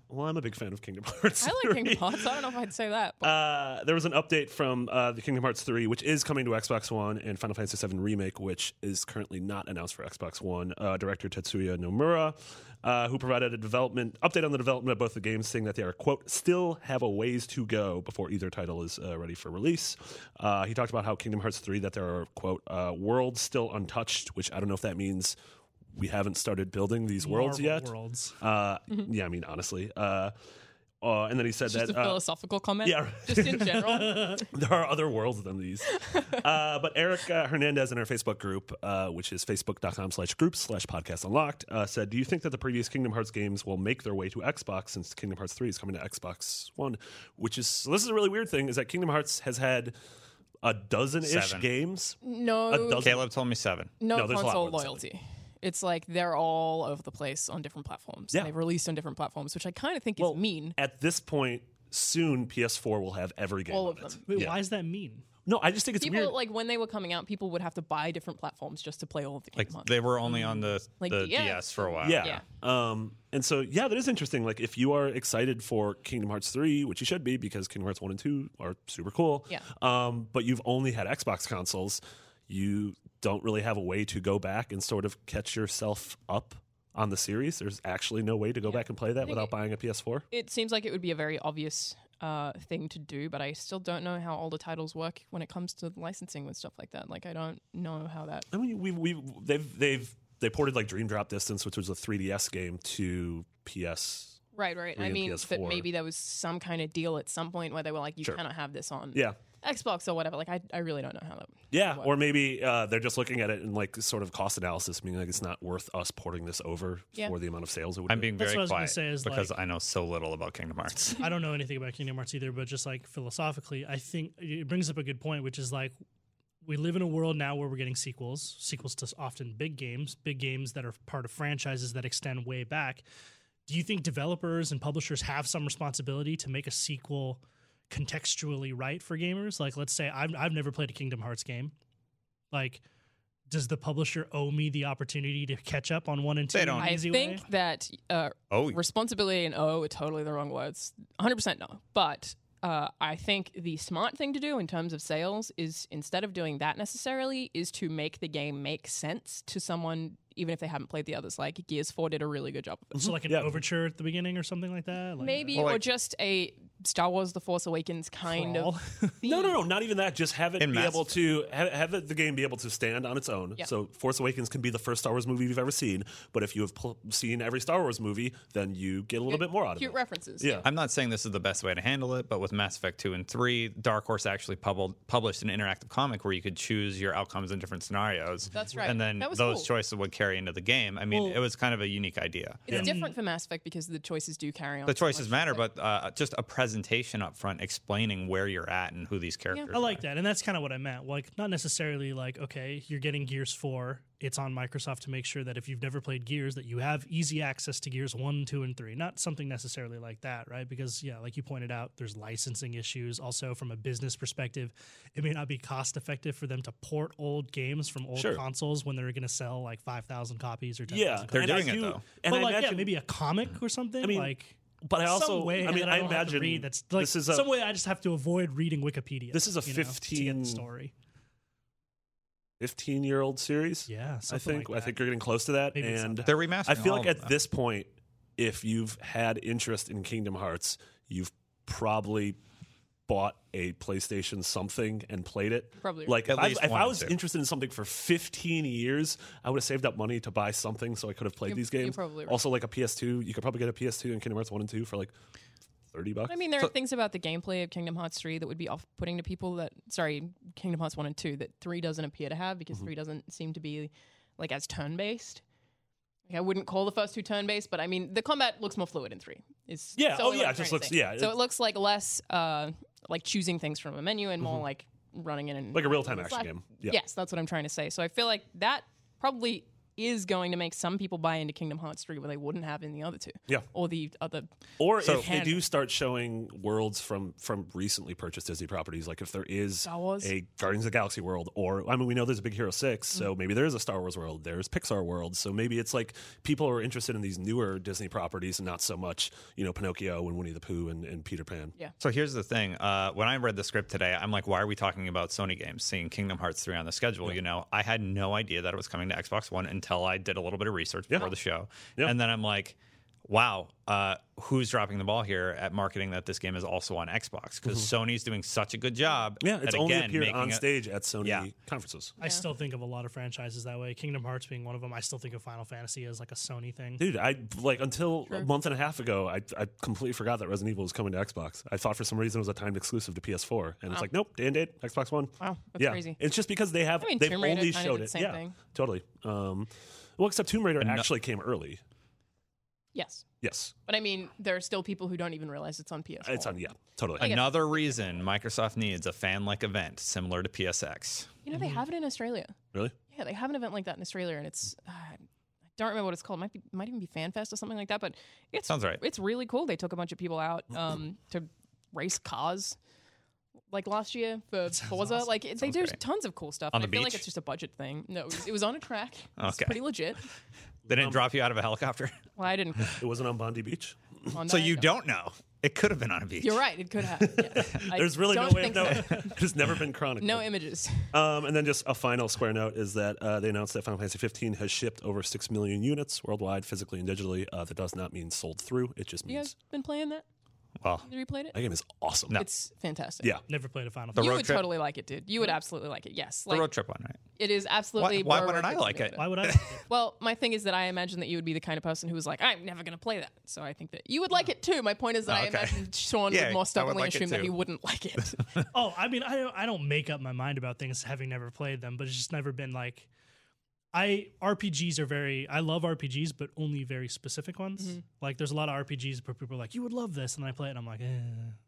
Well, I'm a big fan of Kingdom Hearts. I like 3. Kingdom Hearts. I don't know if I'd say that. But Uh, there was an update from uh, the Kingdom Hearts 3, which is coming to Xbox One, and Final Fantasy VII Remake, which is currently not announced for Xbox One. Uh, director Tetsuya Nomura, uh, who provided a development update on the development of both the games, saying that they are quote still have a ways to go before either title is uh, ready for release. Uh, he talked about how Kingdom Hearts 3 that there are quote uh, worlds still untouched, which I don't know if that means. We haven't started building these worlds Marvel yet. Worlds. Uh, yeah, I mean honestly. Uh, uh, and then he said just that a uh, philosophical comment. yeah. Just in general. there are other worlds than these. uh, but Eric uh, Hernandez in our Facebook group, uh, which is facebook.com slash group slash podcast unlocked, uh, said, Do you think that the previous Kingdom Hearts games will make their way to Xbox since Kingdom Hearts 3 is coming to Xbox One? Which is, so this is a really weird thing, is that Kingdom Hearts has had a dozen ish Seven. games. Mm, No, Adult- Caleb told me seven. no, No, there's a lot console more than loyalty. It's like they're all over the place on different platforms. Yeah. They've released on different platforms, which I kind of think is mean. At this point, soon PS4 will have every game. All on of it. them. Wait, Yeah. why is that mean? No, I just think it's People weird. like when they were coming out, people would have to buy different platforms just to play all of the Like Kingdom Hearts. they were only on the, Mm-hmm. Like the DS. DS for a while. Yeah. Um, and so, yeah, that is interesting. Like, if you are excited for Kingdom Hearts 3, which you should be because Kingdom Hearts 1 and 2 are super cool, Yeah. um, but you've only had Xbox consoles, you don't really have a way to go back and sort of catch yourself up on the series. There's actually no way to go back and play that without buying a PS4. it seems like it would be a very obvious uh, thing to do, but I still don't know how all the titles work when it comes to licensing with stuff like that. Like I don't know how that. I mean, we we they've they've they ported like Dream Drop Distance, which was a 3DS game, to PS. Right, right. Three I and mean, that PS4. maybe there was some kind of deal at some point where they were like, you cannot have this on Yeah. Xbox or whatever. Like I, I really don't know how that. Yeah, or maybe uh, they're just looking at it in like sort of cost analysis, meaning like it's not worth us porting this over Yeah. for the amount of sales it would. I'm be. being That's very what I was gonna quiet say is, because like- I know so little about Kingdom Hearts. I don't know anything about Kingdom Hearts either, but just like philosophically, I think it brings up a good point, which is like we live in a world now where we're getting sequels, sequels to often big games, big games that are part of franchises that extend way back. Do you think developers and publishers have some responsibility to make a sequel contextually right for gamers? Like, let's say I've, I've never played a Kingdom Hearts game. Like, does the publisher owe me the opportunity to catch up on one and two? They in don't. an I easy way? think that uh, Oh, responsibility and oh are totally the wrong words. 100% no. But uh, I think the smart thing to do in terms of sales is instead of doing that necessarily, is to make the game make sense to someone, even if they haven't played the others. Like Gears 4 did a really good job of it. So like an Yeah. overture at the beginning or something like that. Like Maybe, Well, or like- just a Star Wars The Force Awakens kind crawl. of. No, no, no, not even that. Just have it In be Mass able to have, have it, the game be able to stand on its own. Yeah. So Force Awakens can be the first Star Wars movie you've ever seen, but if you have pl- seen every Star Wars movie, then you get a little bit more out of Cute it. references. Yeah. I'm not saying this is the best way to handle it, but with Mass Effect 2 and 3, Dark Horse actually pub- published an interactive comic where you could choose your outcomes in different scenarios. That's right. And then That was those cool. choices would carry into the game. I mean, Well- it was kind of a unique idea. It's different for Mass Effect because the choices do carry on. The so choices much. matter, but uh, just a presentation up front explaining where you're at and who these characters I like that, and that's kind of what I meant. Like not necessarily like okay, you're getting Gears Four. It's on Microsoft to make sure that if you've never played Gears, that you have easy access to Gears One, Two, and Three. Not something necessarily like that, right? Because yeah, like you pointed out, there's licensing issues. Also, from a business perspective, it may not be cost effective for them to port old games from old Sure. consoles when they're going to sell like five thousand copies or 10, Yeah, They're and I doing it, do- though. And but I like imagine yeah, maybe a comic or something. I mean, like. But I also, some way I mean, that I, don't have to imagine read that's like this is a some way I just have to avoid reading Wikipedia. This is a you know, to get the 15 story. 15 year old series. Yeah, I something think like I that. think you're getting close to that, Maybe it's and not They're remastering I feel all like of at them. this point, if you've had interest in Kingdom Hearts, you've probably bought a PlayStation something and played it. Probably. Like At if, I, least if one I or was two. interested in something for 15 years, I would have saved up money to buy something so I could have played You're- these you're games. probably right. Also, like a PS2, you could probably get a PS2 and Kingdom Hearts 1 and 2 for like 30 bucks. I mean, there are things about the gameplay of Kingdom Hearts 3 that would be off putting to people that, sorry, Kingdom Hearts 1 and 2, that 3 doesn't appear to Mm-hmm. have because 3 doesn't seem to be like as turn based. Like, I wouldn't call the first two turn based, but I mean, the combat looks more fluid in 3. Is Yeah, oh, solely what yeah, I'm it just trying to looks- say. yeah, So it- it looks like less uh, like choosing things from a menu and Mm-hmm. more like running in and. like a real time It's action like- game. Yeah. Yes, that's what I'm trying to say. So I feel like that probably is going to make some people buy into Kingdom Hearts 3 where they wouldn't have in the other two. Yeah. Or the other. Or So- if they do start showing worlds from from recently purchased Disney properties, like if there is Star Wars? a Guardians of the Galaxy world, or I mean, we know there's a Big Hero Six, Mm-hmm. so maybe there is a Star Wars world, there's Pixar world, so maybe it's like people are interested in these newer Disney properties and not so much, you know, Pinocchio and Winnie the Pooh and, and Peter Pan. Yeah. So here's the thing. Uh, when I read the script today, I'm like, why are we talking about Sony games? Seeing Kingdom Hearts 3 on the schedule, you know, I had no idea that it was coming to Xbox One until I did a little bit of research before the show. Yeah. And then I'm like, wow, uh, who's dropping the ball here at marketing that this game is also on Xbox? Because Sony's doing such a good job. Yeah, it's at, only again, appeared making on it- stage at Sony Yeah. conferences. I still think of a lot of franchises that way. Kingdom Hearts being one of them. I still think of Final Fantasy as like a Sony thing. Dude, I like until a month and a half ago, I, I completely forgot that Resident Evil was coming to Xbox. I thought for some reason it was a timed exclusive to PS4, and Oh. it's like, nope, day and date, Xbox One. Wow, that's yeah. crazy. It's just because they have I mean, they've Tomb Raider only kinda showed did it. the same yeah, thing. totally. Um, well, except Tomb Raider no- actually came early. Yes. Yes, But I mean, there are still people who don't even realize it's on PS. it's on. Yeah, totally. Another reason Microsoft needs a fan like event similar to PSX. You know, Mm-hmm. they have it in Australia. really? Yeah, they have an event like that in Australia, and it's uh, I don't remember what it's called. might be might even be FanFest or something like that. But it's Sounds right. Mm-hmm. It's really cool. They took a bunch of people out um, to race cars. Like last year for Forza, like it, they do great. tons of cool stuff. On and the I feel like beach? it's just a budget thing. No, it was, it was on a track. It's Okay. pretty legit. They didn't drop you out of a helicopter. Well, I didn't. It wasn't on Bondi Beach. on so that. you don't know. It could have been on a beach. You're right. It could have. Yeah. I There's really no don't way. think No, so. it's never been chronicled. no images. Um, and then just a final square note is that uh, they announced that Final Fantasy 15 has shipped over six million units worldwide, physically and digitally. Uh, that does not mean sold through. It just You guys means been playing that? Well, Have you replayed it? that game is awesome. It's fantastic. Yeah. Never played a Final The Fantasy. you road would trip. Mm-hmm. totally like it, dude. You would absolutely like it. Yes, the like road trip one, right? it is absolutely. Why- why more wouldn't road I trip like simulator. it? Why would I? Well, my thing is that I imagine that you would be the kind of person who was like, "I'm never going to play that." So I think that you would like it too. My point is that Oh, I okay. imagine Sean Yeah, I would would more stubbornly like it assume that too. he wouldn't like it. Oh, I mean, I don't, I don't make up my mind about things having never played them, but it's just never been like. I RPGs are very. I love RPGs, but only very specific ones. Like, there's a lot of RPGs where people are like, "You would love this," and I play it, and I'm like, eh.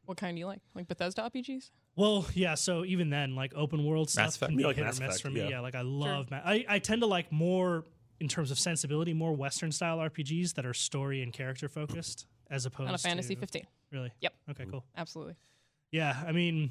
what kind do you like? Like Bethesda RPGs? "Well, yeah." So even then, like open world Mass stuff Effect. can be You like hit Mass or miss Effect, for me. yeah. Yeah. like I love. Ma- I I tend to like more in terms of sensibility, more Western style RPGs that are story and character focused, as opposed Final Fantasy to 15. Really? Yep. Okay. Cool. Absolutely. Yeah. I mean,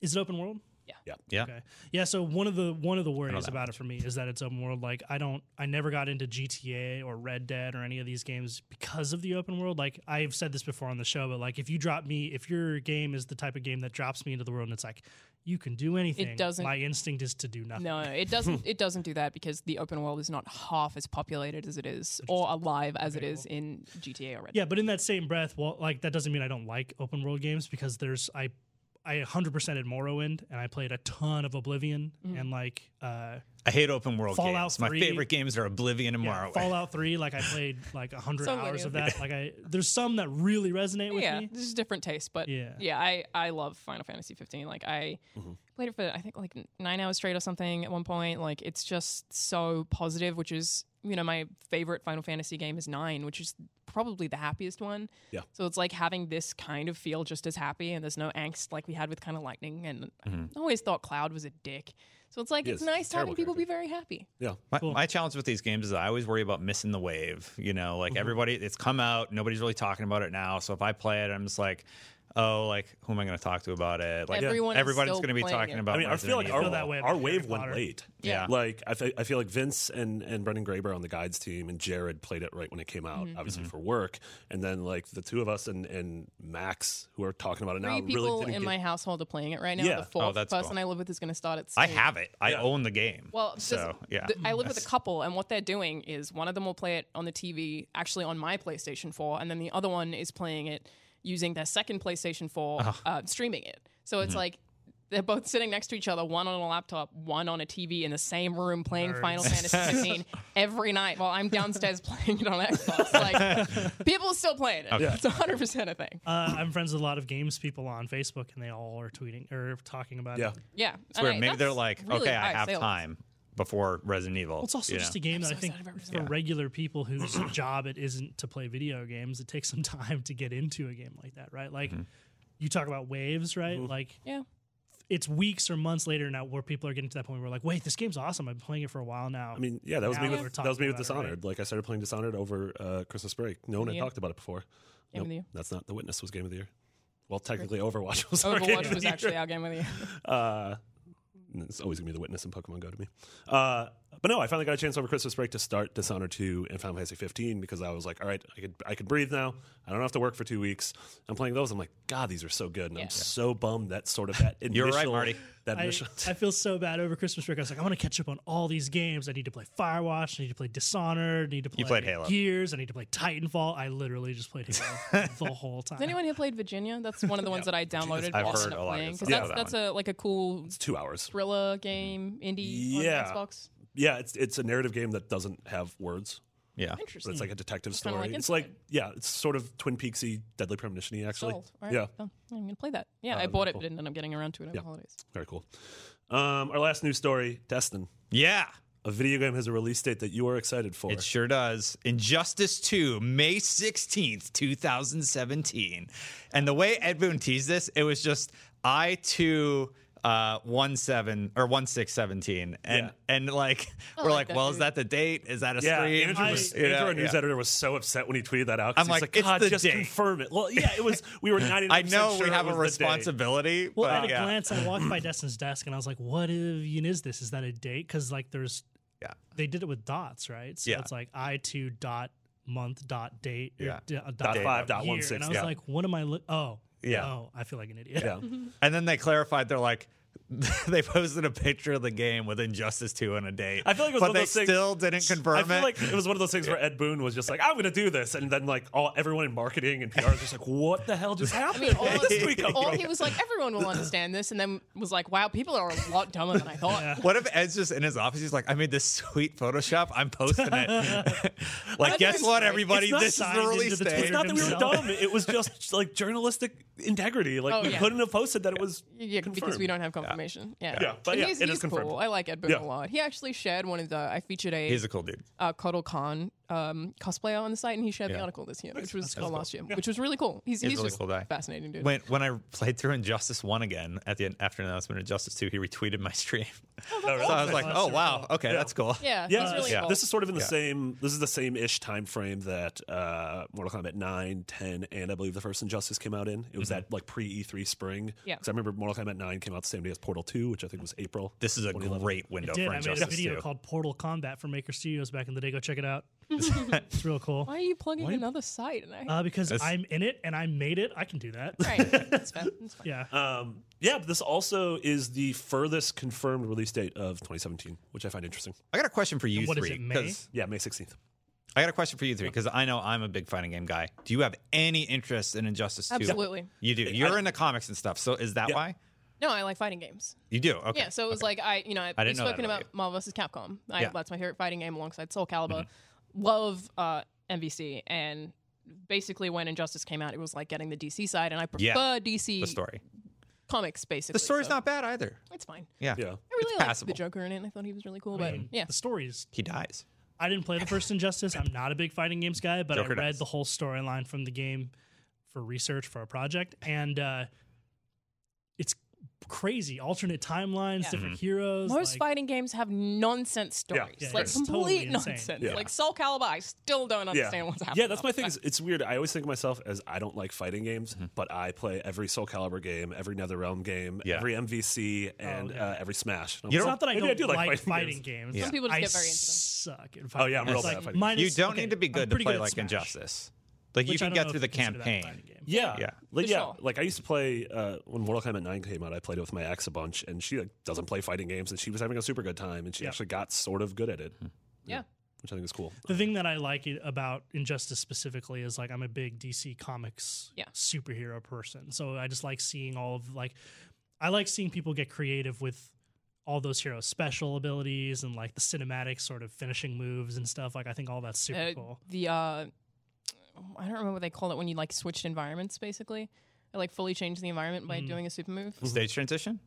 is it open world? Yeah. Okay. Yeah. So one of the one of the worries that about it for me is that it's open world. Like I don't, I never got into GTA or Red Dead or any of these games because of the open world. Like I've said this before on the show, but like if you drop me, if your game is the type of game that drops me into the world and it's like you can do anything, doesn't- My instinct is to do nothing. No, no, it doesn't. it doesn't do that because the open world is not half as populated as it is, or alive as it is in GTA already. Yeah, but in that same breath, well, like that doesn't mean I don't like open world games because there's I, I 100 percent at Morrowind and I played a ton of Oblivion Mm-hmm. and like. uh I hate open world Fallout games. My 3. favorite games are Oblivion and Yeah, Morrowind. Fallout Three, like I played like a hundred So hours many. of that. Like I, there's some that really resonate with yeah, me. this is different taste, but Yeah. yeah, I I love Final Fantasy 15. Like I Mm-hmm. played it for I think like n- nine hours straight or something at one point. Like it's just so positive, which is you know my favorite Final Fantasy game is nine, which is probably the happiest one. Yeah. So it's like having this kind of feel just as happy, and there's no angst like we had with kind of lightning. And I always thought Cloud was a dick, so it's like Mm-hmm. He it's is. nice Terrible having people character. be very happy. Yeah. My, my challenge with these games is I always worry about missing the wave. You know, like everybody, it's come out, nobody's really talking about it now. So if I play it, I'm just like, oh, like who am I going to talk to about it? Like Everyone is everybody's still going to be playing talking it. about. I mean, I feel Resident like our, Evil. that way about our Harry wave went Potter. late. Yeah. Like, I, fe- I feel like Vince and, and Brendan Graber on the guides team and Jared played it right when it came out, obviously Mm-hmm. for work. And then, like, the two of us and, and Max, who are talking about it Three now, people really didn't in get my household are playing it right now. Yeah. The fourth Oh, that's person cool. I live with is going to start at. I same- have it. I Yeah. own the game. Well, just- so yeah, th- I live with a couple, and what they're doing is one of them will play it on the TV, actually on my PlayStation 4, and then the other one is playing it using their second PlayStation 4, Uh-huh. uh, streaming it. So Mm-hmm. it's like they're both sitting next to each other, one on a laptop, one on a TV in the same room playing Final Fantasy 15 every night while I'm downstairs playing it on Xbox. Like, people still playing it. It's 100% a thing. Uh, I'm friends with a lot of games people on Facebook, and they all are tweeting or talking about Yeah. it. Yeah. It's weird. and I- Maybe they're that's like, really okay, high I have sales. time before Resident Evil. Well, it's also you just know? a game that I excited think about for regular people whose job it isn't to play video games, it takes some time to get into a game like that, right? Like you talk about waves, right? Like Yeah. it's weeks or months later now where people are getting to that point where like, wait, this game's awesome. I've been playing it for a while now. I mean, yeah, that was Now me that we're with that talking was me with about it, Dishonored. Like I started playing Dishonored over uh, Christmas break. No one had Yeah. talked about it before. Game of the year. that's not the Witness was game of the year. Well, technically, Overwatch was. our game of Overwatch the was year. actually our game of the year. Uh, it's always gonna be the Witness and Pokemon Go to me. Uh, but no, I finally got a chance over Christmas break to start Dishonored 2 and Final Fantasy 15 because I was like, all right, I could I could breathe now. I don't have to work for two weeks. I'm playing those. I'm like, God, these are so good, and Yeah. I'm so bummed that sort of that initial. You're right, Marty. That I, initial. I feel so bad over Christmas break. I was like, I want to catch up on all these games. I need to play Firewatch. I need to play Dishonored. I need to play You played Halo. Gears. I need to play Titanfall. I literally just played Halo the whole time. Has anyone here played Virginia? That's one of the ones that I downloaded. I've but heard ended up a lot of playing, good stuff 'cause that's, about that's that a like a cool it's two hours. thriller game indie Yeah. on Xbox. Yeah, it's it's a narrative game that doesn't have words. Yeah. Interesting. but it's like a detective It's kinda story. like it's Inside. like yeah, it's sort of Twin Peaksy, Deadly Premonition-y actually. Sold. All right, Yeah, done. I'm gonna play that. Yeah, I that'd be bought it, cool. but didn't end up getting around to it over Yeah. holidays. very cool. Um, our last news story, Destin. Yeah. A video game has a release date that you are excited for. It sure does. Injustice 2, May 16th, 2017. And the way Ed Boon teased this, it was just I too uh one seven or one six seventeen. And Yeah. and like we're like like, that well, dude. is that the date? Is that a yeah, stream? Andrew, was, You know, Andrew, our news yeah. editor, was so upset when he tweeted that out. 'cause I'm he's like like, "It's God, the just day." confirm it. Well, yeah, it was. We were 99. I know sure we it have a was the day. responsibility. Well, but at a yeah. glance, I walked by Destin's desk and I was like, "What even is this? Is that a date? Because like, there's Yeah. they did it with dots, right? So Yeah. it's like I two dot month dot date or Yeah. d- uh, Dot dot five, dot year. one six, And I was yeah. like, "What am I? Li- oh, Yeah. Oh, I feel like an idiot. Yeah. And then they clarified. They're like, they posted a picture of the game with Injustice Two on a date. I feel like it was one but of they those things- still didn't confirm I feel it. like it was one of those things where Ed Boon was just like, "I'm going to do this," and then like all everyone in marketing and PR is just like, "What the hell just I happened?" mean, all, Where did this tweet come all from?" he was like, everyone will understand this, and then was like, wow, people are a lot dumber than I thought. what if Ed's just in his office? He's like, I made this sweet Photoshop. I'm posting it. like, That guess is what, great. everybody? It's not This is signed the into release the date. It's not that we were himself. dumb. It was just like journalistic integrity. Like Oh, we yeah. couldn't have posted that it was. Yeah, because we confirmed. don't have confirmation. Yeah, Yeah, but And yeah, he's, it is he's confirmed. cool. I like Ed Boon Yeah. a lot. He actually shared one of the. I featured a He's a cool dude. uh, Cuddle Con um, cosplayer on the site, and he shared the Yeah. article this year, which was or last year, which was really cool. He's, he's, a really just cool guy. fascinating dude. When when I played through Injustice One again at the end, after an announcement of Injustice Two, he retweeted my stream. so I was like, That's oh really wow, okay, that's cool. yeah, Yeah, he's really yeah. cool. this is sort of in the Yeah. same. This is the same ish time frame that uh, Mortal Kombat 9, 10, and I believe the first Injustice came out in. It Mm-hmm. was that like pre E3 spring. Yeah. because I remember Mortal Kombat 9 came out the same day as Portal 2, which I think was April. This is a great window Did for I made Injustice a video Two. called Portal Combat for Maker Studios back in the day? Go check it out. it's real cool. Why are you plugging another site? And I, Uh, because I'm in it and I made it. I can do that. right, that's fine. That's fine. Yeah. Um, yeah, but this also is the furthest confirmed release date of 2017, which I find interesting. I got a question for you what is three. it, May? 'cause- Yeah, May 16th. I got a question for you three because I know I'm a big fighting game guy. Do you have any interest in Injustice 2? Absolutely. You do. You're into comics and stuff. So is that why? No, I like fighting games. You do. Okay. Yeah, so it was like I, you know, I, I we've didn't know that spoken about about you. Marvel vs. Capcom. I, Yeah. That's my favorite fighting game alongside Soul Calibur. Love uh, MVC, and basically when Injustice came out, it was like getting the DC side, and I prefer Yeah. DC the story. comics basically. The story's so not bad either. It's fine. Yeah. Yeah. I really it's liked the passable. Joker in it. and I thought he was really cool, I but mean, yeah, The stories. He dies. I didn't play the first Injustice. I'm not a big fighting games guy, but Joker I read does. the whole storyline from the game for research for a project, and uh, it's crazy alternate timelines, different Mm-hmm. heroes. Most like- fighting games have nonsense Yeah, stories, yeah, like it's complete totally insane. nonsense. Yeah. Like Soul Calibur, I still don't Yeah. understand what's happening. yeah, that's my thing. Is, it's weird. I always think of myself as I don't like fighting games, Mm-hmm. but I play every Soul Calibur game, every NetherRealm game, Yeah. every Oh, MVC, and uh, every Smash. And I'm You It's like, not that I maybe don't do like, fighting games. games. Yeah. Some people just I get very into them. suck at Oh, yeah, I'm real bad at fighting games. fighting. Like, You minus- don't okay, need to be I'm good to pretty play at like Smash, Injustice. Like you which I can don't know get if through the you consider that a campaign. fighting game. Yeah, Yeah. like For yeah, sure. like I used to play uh, when Mortal Kombat Nine came out. I played it with my ex a bunch, and she like, doesn't play fighting games, and she was having a super good time, and she Yeah. actually got sort of good at it, Hmm. Yeah. which I think is cool. The thing that I like it about Injustice specifically is like I'm a big DC Comics Yeah. superhero person, so I just like seeing all of like I like seeing people get creative with all those heroes' special abilities and like the cinematic sort of finishing moves and stuff. Like I think all that's super Uh, cool. the uh, I don't remember what they call it when you like switched environments. Basically, I like fully changed the environment by doing a super move. Is Stage transition?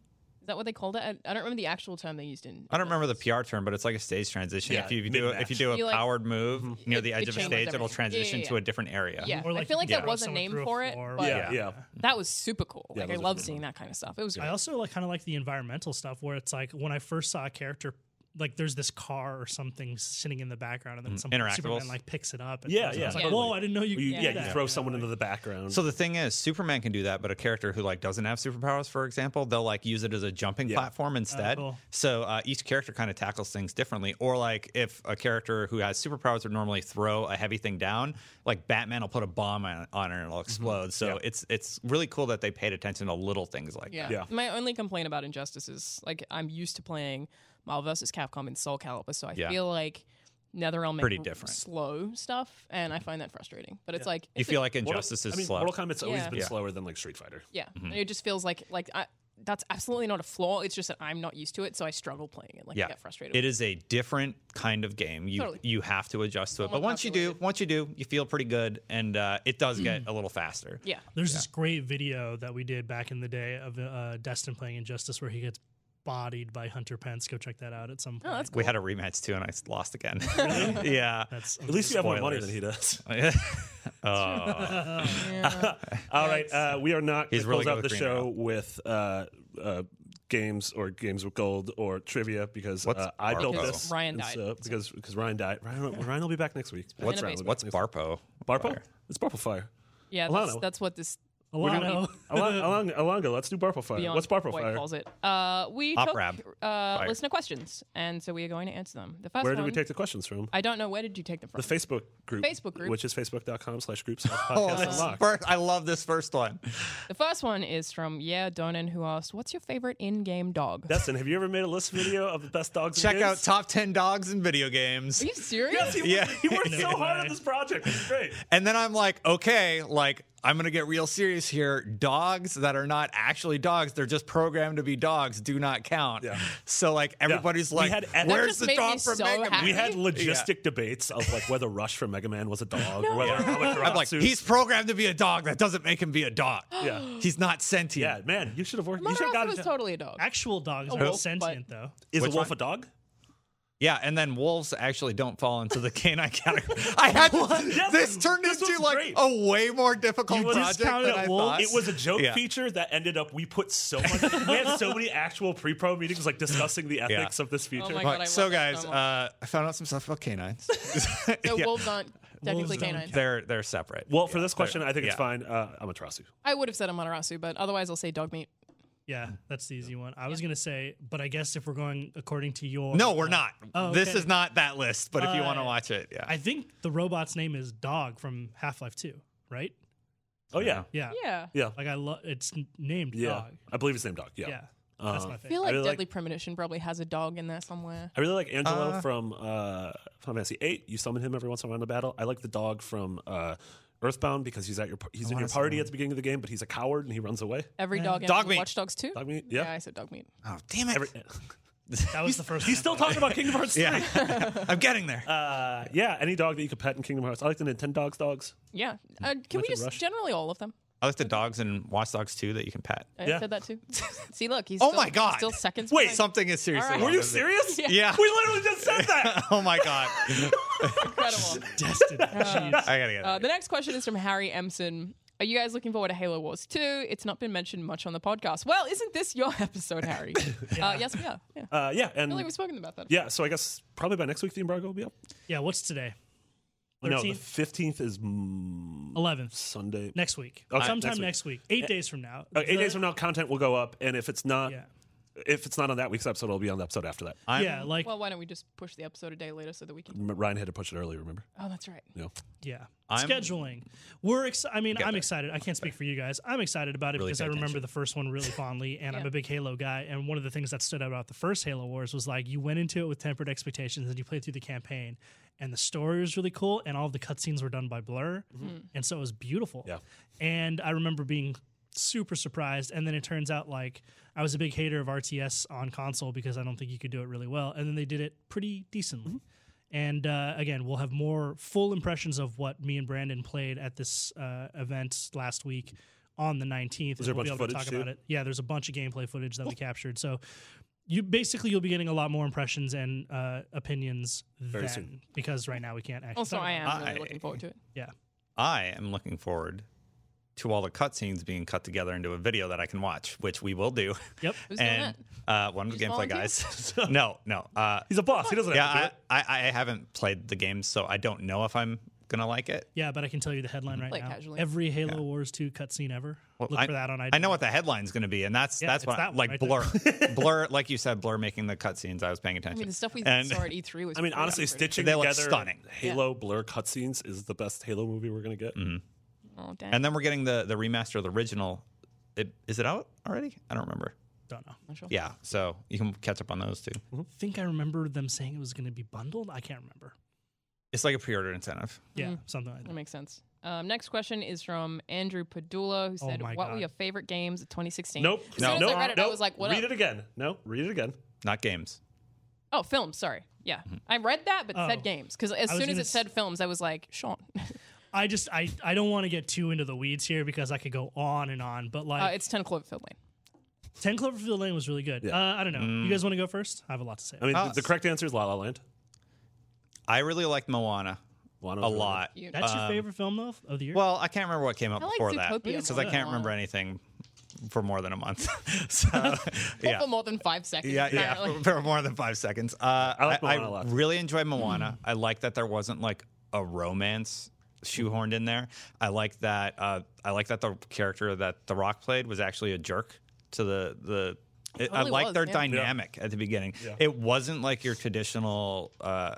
that what they called it? I, I don't remember the actual term they used in. I don't remember the PR term, but it's like a stage transition. Yeah, if you do if you do a You, like- powered move near It- the edge it of a changes stage, it'll everything. Yeah, transition yeah, to yeah. a different area. Yeah, Or, I like, feel like you there throw was a someone name through a for it, floor. but Yeah, yeah, that was super cool. Yeah, like those I are love fun. seeing that kind of stuff. It was I also like kind of like the environmental stuff where it's like when I first saw a character like there's this car or something sitting in the background and then some Interactables. Superman like picks it up and Mm-hmm. Yeah, throws it. yeah, I was like, totally. whoa, I didn't know you. You- could yeah, do you that." throw someone into the background. So the thing is, Superman can do that, but a character who like doesn't have superpowers, for example, they'll like use it as a jumping platform Ah, instead. cool. So uh, each character kind of tackles things differently. Or like if a character who has superpowers would normally throw a heavy thing down, like Batman will put a bomb on, on it and Mm-hmm. it'll explode. So it's it's really cool that they paid attention to little things like Yeah. that. Yeah. My only complaint about Injustice is like I'm used to playing Marvel vs. Capcom and Soul Calibur, so I Yeah. feel like NetherRealm make Pretty r- different. slow stuff, and I find that frustrating. But it's like You it's a- feel like Mortal- injustice I is mean, slow. Mortal Kombat's always Yeah. been Yeah. slower than like Street Fighter. yeah, Mm-hmm. it just feels like like I, that's absolutely not a flaw. It's just that I'm not used to it, so I struggle playing it. Like I get frustrated. It is a different kind of game. You Totally. you have to adjust to it, but Somewhat once you do, calculated. once you do, you feel pretty good, and uh, it does get Mm. a little faster. yeah. There's this great video that we did back in the day of uh, Destin playing Injustice where he gets bodied by Hunter Pence. Go check that out at some point. that's We had a rematch too, and I lost again. yeah. That's At least you have more money Spoilers. than he does. oh. Uh, All right, uh, we are not going He's to really close out good the with green show arrow. with uh, uh, games or games with gold or trivia because What's uh, I built Barpo? this. Ryan and died. so- because because Ryan died. Ryan, Ryan will be back next week. What's uh, Innovation. what's Barpo? Barpo? It's Barpo Fire. Yeah, that's, Alana. that's what this Alano. Along, along, Alonga, let's do Barpo Fire. Beyond What's Barpo White Fire? calls it. Uh, we Op took Rab. uh, Fire. listener questions, and so we are going to answer them. The first Where one, did we take the questions from? I don't know where did you take them from. The Facebook group. Facebook group. Oh, Which is facebook.com slash groups podcast unlocked. First, I love this first one. The first one is from Yeah Donan, who asked, "What's your favorite in-game dog?" Destin, have you ever made a list video of the best dogs Check and out kids? top ten dogs in video games. Are you serious? Yeah. He worked so No hard way. on this project. It's great. And then I'm like, okay, like I'm gonna get real serious here. Dogs that are not actually dogs, they're just programmed to be dogs, do not count. Yeah. So like everybody's We like, had- That where's just the made dog me from so Mega Man? happy. We had Yeah. logistic debates of like whether Rush from Mega Man was a dog or whether I'm like, he's programmed to be a dog. That doesn't make him be a dog. Yeah. He's not sentient. Yeah, man, you should have worked. You should have Matarazzo got was it. totally a dog. Actual dogs Oh, are well, sentient, though. Is a Which wolf one? a dog? Yeah, and then wolves actually don't fall into the canine category. I had to, Yes, this turned this into was like great. a way more difficult project than discounted I wolves? thought. It was a joke Yeah. feature that ended up. We put so much. we had so many actual pre-pro meetings, like discussing the ethics Oh of this feature. Oh my All God, I right, so love that guys, so uh, I found out some stuff about canines. So Yeah. wolves aren't technically Wolves don't canines. They're they're separate. well, for this question, I think it's yeah. fine. Uh, I'm a Trasu. I would have said a Matarasu, but otherwise I'll say dog meat. Yeah, that's the easy one. I was gonna say, but I guess if we're going according to your no, we're not. Oh, This okay. is not that list. But if you want to Uh, watch it, yeah. I think the robot's name is Dog from Half Life Two, right? Oh yeah, Yeah, Yeah. yeah, Like I love it's n- named yeah. Dog. I believe it's named Dog. Yeah. Uh, Yeah, that's my I favorite. feel like really like- Deadly Premonition probably has a dog in there somewhere. I really like Angelo Uh, from uh, Final Fantasy VIII. You summon him every once in a while in a battle. I like the dog from uh, Earthbound because he's at your par- he's in your party at the beginning of the game, but he's a coward and he runs away. Every dog in Dog meat. Watch Dogs too. Dog meat, yeah. Yeah. I said dog meat. oh damn it! Every- That was the first. he's one. still talking about Kingdom Hearts. yeah, I'm getting there. Uh, yeah, any dog that you could pet in Kingdom Hearts. I like the Nintendo dogs. Dogs. Yeah. Uh, can we Richard just Rush. generally all of them? I like the dogs and Watch Dogs too that you can pet. I Yeah. said that too. See, look, he's Oh still, my God. he's still seconds. Wait, behind. Something is seriously. All right. wrong Were with it. serious? Yeah. We literally just said that. Oh my god! incredible. Destin. Jeez. I gotta get. Uh, out. the next question is from Harry Emson. Are you guys looking forward to Halo Wars 2? It's not been mentioned much on the podcast. Well, isn't this your episode, Harry? uh, yes, we are. Yeah. I Uh, yeah, and feel like we've spoken about that. yeah, so I guess probably by next week the embargo will be up. Yeah, what's today? No, the 13th, fifteenth is mm, 11th, Sunday. next week. Okay, Sometime next next week. week. Eight days from now. Uh, eight days from now, content will go up, and if it's not, Yeah. if it's not on that week's episode, it'll be on the episode after that. I'm- yeah, like, Well, why don't we just push the episode a day later so that we can. M- Ryan had to push it early. Remember? Oh, that's right. No. yeah. I'm- Scheduling. We're ex- I mean, I'm there. excited. I can't speak for you guys. I'm excited about it Really because pay I remember attention. the first one really fondly, and I'm Yeah. a big Halo guy. And one of the things that stood out about the first Halo Wars was like you went into it with tempered expectations and you played through the campaign. And the story was really cool, and all of the cutscenes were done by Blur, Mm-hmm. and so it was beautiful. Yeah. And I remember being super surprised. And then it turns out like I was a big hater of RTS on console because I don't think you could do it really well. And then they did it pretty decently. Mm-hmm. And uh, again, we'll have more full impressions of what me and Brandon played at this uh, event last week on the 19th. Was there a we'll bunch of be able footage, to talk too? Oh. about it. Yeah, there's a bunch of gameplay footage that we captured. So you basically you'll be getting a lot more impressions and uh, opinions then soon. because right now we can't actually. Also, talk I about I- am really looking forward to it. it. Yeah. I am looking forward to all the cutscenes being cut together into a video that I can watch, which we will do. Yep. Who's doing and uh, one of the Just gameplay volunteer? guys. no, no. Uh, He's a boss. He doesn't have to do yeah, it. I, I, I haven't played the game, so I don't know if I'm gonna like it. Yeah, but I can tell you the headline right Like now. Mm-hmm. casually. Every Halo Wars 2 cutscene ever. Well, Look I, for that on IGN. I know what the headline's going to be, and that's Yeah, that's it's what that one like right blur, blur, like you said, blur making the cutscenes. I was paying I attention. mean, the stuff we and saw at E3 was. I mean, pretty honestly, upsetting. stitching They look together stunning. Halo Blur cutscenes is the best Halo movie we're gonna get. Mm-hmm. Oh, damn. and then we're getting the the remaster of the original. It, is it out already? I don't remember. Don't know. Yeah, so you can catch up on those too. Mm-hmm. I think I remember them saying it was going to be bundled. I can't remember. It's like a pre-order incentive. Mm-hmm. Yeah, something like that. That makes sense. Um, next question is from Andrew Padula, who said, Oh my "What were God. your favorite games of 2016?" Nope. As soon no. as I read it, I Nope. was like, "What?" Read up? it again. No. Read it again. Not games. Oh, films. Sorry. Yeah, I read that, but Oh. said games because as I was soon as gonna it s- said films, I was like, "Sean." Uh, I just I I don't want to get too into the weeds here because I could go on and on. But uh, like it's 10 Cloverfield Lane. Ten Cloverfield Lane was really good. Uh, I don't know. Mm. You guys want to go first? I have a lot to say. I Ah, mean, the, the correct answer is La La Land. I really liked Moana Moana's a really lot. You- That's Um, your favorite film of, of the year? Well, I can't remember what came out I like before that Zootopia because more I than can't remember anything for more than a month. Uh, so yeah, for more than five seconds. Yeah, apparently. Mm-hmm. yeah, for more than five seconds. Uh, I, like I Moana a lot. really enjoyed Moana. I like that there wasn't like a romance shoehorned in there. I like that. Uh, I like that the character that The Rock played was actually a jerk to the the. It, I totally like was, their yeah. Yeah. dynamic at the beginning. It wasn't like your traditional uh,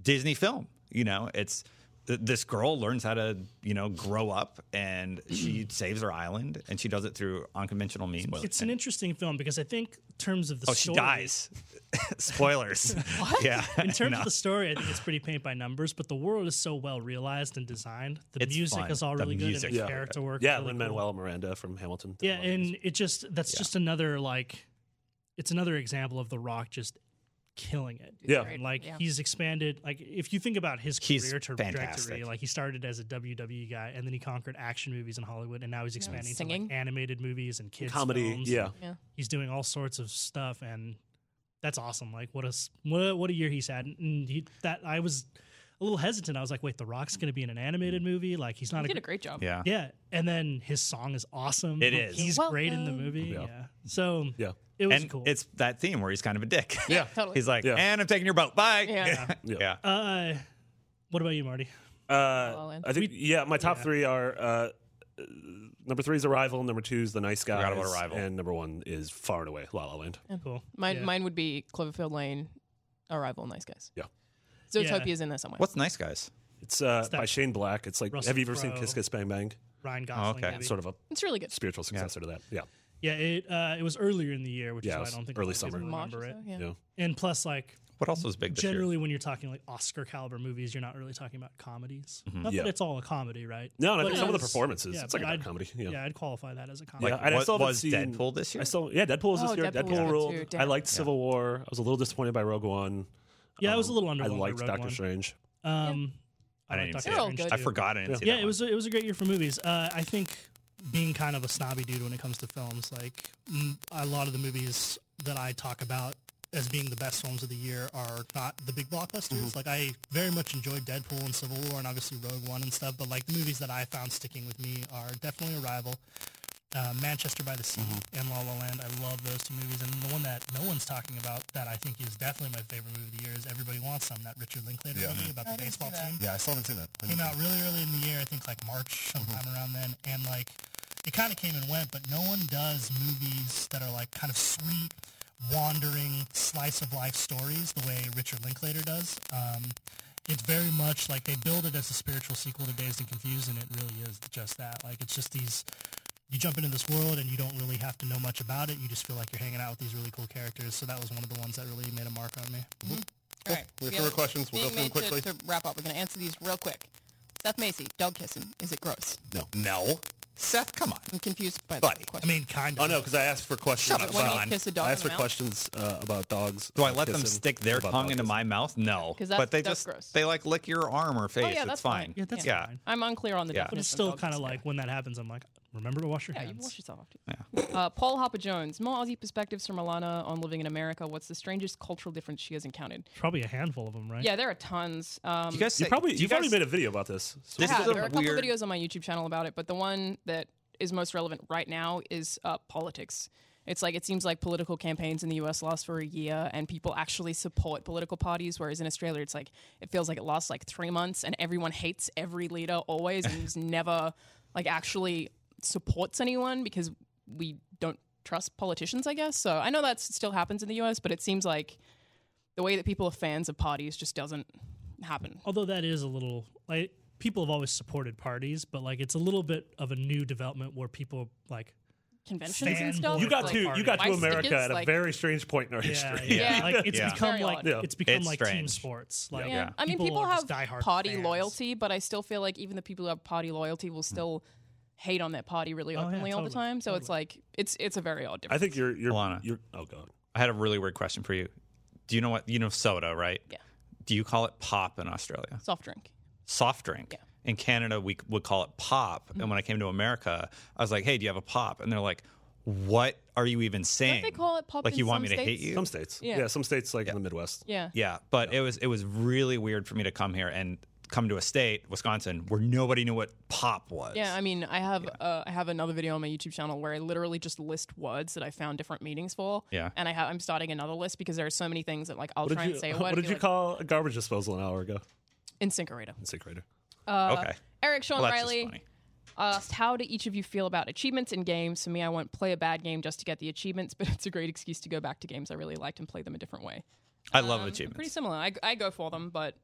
Disney film. You know, it's. th- This girl learns how to, you know, grow up, and Mm-hmm. she saves her island, and she does it through unconventional means. it's an interesting film because I think in terms of the Oh, she story, dies. Spoilers. Yeah. In terms No. of the story, I think it's pretty paint by numbers, but the world is so well realized and designed. The It's music fun. is all The really good, music. and the Yeah. character work. Yeah, is really Lin cool. Manuel Miranda from Hamilton. Yeah, and it just that's just another like it's another example of The Rock just killing it. Yeah. great. Like Yeah. he's expanded like if you think about his He's career trajectory, fantastic. like he started as a WWE guy and then he conquered action movies in Hollywood and now he's expanding to singing. like animated movies and kids comedy. films. Yeah. He's doing all sorts of stuff and that's awesome. Like what a s- what a, what a year he's had. And he, that I was a little hesitant. I was like, wait, The Rock's going to be in an animated movie? Like he's not He a did a great job. Yeah. yeah, and then his song is awesome. It is. He's great in the Welcome. movie. Yeah. Yeah. So Yeah. it was And cool. it's that theme where he's kind of a dick. Yeah, totally. He's like, Yeah. and I'm taking your boat. Bye. Yeah. Yeah. Yeah. uh, what about you, Marty? Uh, Land. I think yeah. My top three are uh, uh, number three is Arrival, number two is The Nice Guys, about Arrival. and number one is Far and Away, La La Land. Cool. Mine, Yeah. mine would be Cloverfield Lane, Arrival, Nice Guys. Yeah. Zootopia's in there somewhere. What's nice, guys? It's uh, that- by Shane Black. It's like, Russell have you ever seen Crowe. Kiss Kiss Bang Bang? Oh, Ryan Gosling. okay. movie. Sort of a It's really good. spiritual successor to that. Yeah. yeah, it uh, it was earlier in the year, which Yeah, it is was why I don't think early a lot of people summer. March or Remember it. so, yeah. Yeah. And plus, like What else was big this generally, when you're talking like Oscar caliber movies, you're not really talking about comedies. Not Mm-hmm. Yeah. that it's all a comedy, right? No, and I But think some of the it's- performances, it's like but a dark I'd- comedy, yeah. I'd qualify that as a comedy. Yeah, and I what still haven't was seen, Deadpool this year? I still yeah, Deadpool was Oh, this year. Deadpool was Deadpool good ruled. too, I damn. liked Civil War. I was a little disappointed by Rogue One. Yeah, I was a little um, I underwhelmed. by liked Rogue Doctor One. Strange. Um, I, didn't like even Doctor see it. They're all Strange. good. year? I forgot. I didn't see yeah, that it one. was a, it was a great year for movies. Uh, I think being kind of a snobby dude when it comes to films, like m- a lot of the movies that I talk about as being the best films of the year are not the big blockbusters. Like I very much enjoyed Deadpool and Civil War and obviously Rogue One and stuff, but like the movies that I found sticking with me are definitely Arrival, uh, Manchester by the Sea, and La La Land. I love those two movies, and the one that no one's talking about that I think is definitely my favorite movie of the year is Everybody Wants Some, that Richard Linklater Yeah. movie about the baseball team Yeah, I still haven't seen that. came out really early in the year. I think like March, sometime Mm-hmm. around then, and like it kind of came and went. But no one does movies that are like kind of sweet, wandering slice of life stories the way Richard Linklater does. Um, it's very much like they build it as a spiritual sequel to Dazed and Confused, and it really is just that. Like it's just these. You jump into this world and you don't really have to know much about it. You just feel like you're hanging out with these really cool characters. So that was one of the ones that really made a mark on me. Mm-hmm. Mm-hmm. All right. We have Yeah. further questions. We'll go Being through them made to- quickly. To, wrap up, we're going to answer these real quick. Seth Macy, dog kissing. Is it gross? No. No. Seth, come on. I'm confused by Buddy. the question. I mean, kind of. Oh no, because I asked for questions. Shut up, when you about- kiss a dog I in asked the for mouth? questions uh, about dogs. Do I about let them kissing, stick their about tongue dog into kissing. my mouth? No. 'Cause that's- but they that's just gross. they like lick your arm or face. Oh, yeah, it's that's fine. fine. Yeah, that's Yeah. fine. I'm unclear on the Yeah. definition. But it's of still dog kind of kissing. like when that happens, I'm like, remember to wash your Yeah, hands. you wash yourself off. Too. Uh, Paul Hoppajones, more Aussie perspectives from Alana on living in America. What's the strangest cultural difference she has encountered? Probably a handful of them, right? Yeah, there are tons. Um, You guys You say- probably do you've already guys- made a video about this. So This yeah, is a there are a couple weird- videos on my YouTube channel about it, but the one that is most relevant right now is uh, politics. It's like it seems like political campaigns in the U.S. last for a year, and people actually support political parties. Whereas in Australia, it's like it feels like it lasts like three months, and everyone hates every leader always, and who's never like actually supports anyone because we don't trust politicians. I guess so. I know that still happens in the U.S., but it seems like the way that people are fans of parties just doesn't happen. Although that is a little like people have always supported parties, but like it's a little bit of a new development where people like Conventions and stuff. Fanboy you got like, to you got my to America stickers, at a like- very strange point in our yeah, history. yeah. Yeah. like it's Yeah. become Very like odd. Yeah. it's become It's like team strange. sports. Like Yeah. I mean, people, are just have diehard party fans. loyalty, but I still feel like even the people who have party loyalty will still hate on their party really Oh, yeah, openly all the totally, time. So it's like it's it's a very odd I difference. think you're you're, Alana. you're oh god. I had a really weird question for you. Do you know what you know soda, right? Yeah. Do you call it pop in Australia? Soft drink. Soft drink. In Canada, we would call it pop. Mm-hmm. And when I came to America, I was like, "Hey, do you have a pop?" And they're like, "What are you even saying?" they call it pop Like in you want me some to hate states? you? Some states. Yeah, Yeah. some states like in the Midwest. Yeah. Yeah, but it was it was really weird for me to come here and come to a state, Wisconsin, where nobody knew what pop was. Yeah, I mean, I have uh, I have another video on my YouTube channel where I literally just list words that I found different meanings for. Yeah. and I ha- I'm starting another list because there are so many things that like I'll What try did you and say a word. What and did be you like, call a garbage disposal an hour ago? incinerator? Incinerator. uh, okay. Eric Sean Well, that's just Riley. funny. asked, How do each of you feel about achievements in games? For me, I won't play a bad game just to get the achievements, but it's a great excuse to go back to games I really liked and play them a different way. I love Um, achievements. Pretty similar. I, I go for them, but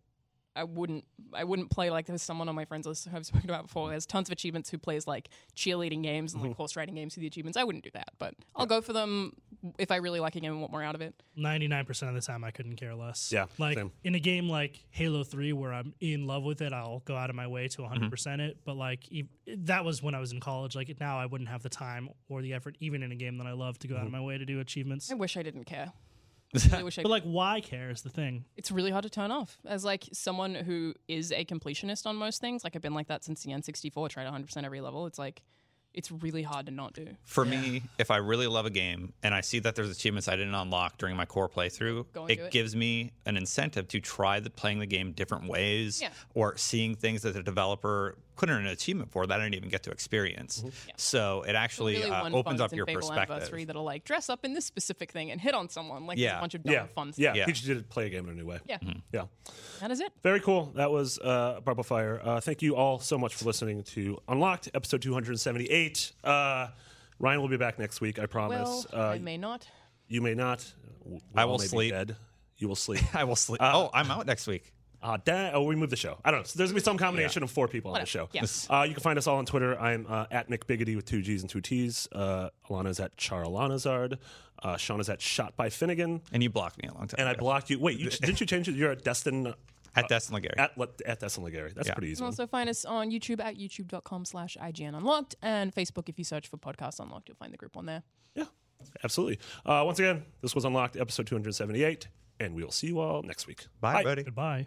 I wouldn't. I wouldn't play like there's someone on my friends list who I've spoken about before. who has tons of achievements who plays like cheerleading games Mm-hmm. and like horse riding games with the achievements. I wouldn't do that, but I'll go for them if I really like a game and want more out of it. Ninety-nine percent of the time, I couldn't care less. Yeah, like same. in a game like Halo Three, where I'm in love with it, I'll go out of my way Mm-hmm. to 100 percent it. But like e- that was when I was in college. Like now, I wouldn't have the time or the effort, even in a game that I love, to go out Mm-hmm. of my way to do achievements. I wish I didn't care. I really wish I But like, why care is the thing. it's really hard to turn off as like someone who is a completionist on most things like i've been like that since the n64 tried 100% every level it's like it's really hard to not do For me, if I really love a game and I see that there's achievements I didn't unlock during my core playthrough, Go and it, do it. gives me an incentive to try the, playing the game different ways Yeah. or seeing things that the developer put in an achievement for that I didn't even get to experience. So it actually Mm-hmm. really uh, one opens fun's up in your Fable perspective. anniversary that'll like dress up in this specific thing and hit on someone like there's Yeah. a bunch of dumb Yeah. fun Yeah. stuff. yeah. Yeah. Mm-hmm. Teaches you to play a game in a new way. yeah Yeah. that is it Very cool. That was uh, Barbell Fire. Uh, thank you all so much for listening to Unlocked, episode 278. Uh, Ryan will be back next week, I well promise. uh, i may not you may not. We I will all may be sleep. Dead. You will sleep. I will sleep. oh, I'm out next week. Uh, da- oh, we moved the show. I don't know. So there's gonna be some combination of four people on the show. Whatever. Yes. Uh, you can find us all on Twitter. I'm uh, at Nick Biggity with two G's and two T's. Uh, Alana's at Charlanazard. Uh, Sean is at Shot by Finnegan. And you blocked me a long time And I ago. blocked uh, you. Wait, you, didn't you change it? You're at Destin. At Destin Legary. At Le- at Destin Legary. That's Yeah. pretty you easy. can also find us on youtube at youtube.com slash ign unlocked and facebook if you search for podcast unlocked you'll find the group on there Yeah, absolutely. Uh, once again, this was Unlocked, episode 278, and we will see you all next week. Bye, buddy. Goodbye.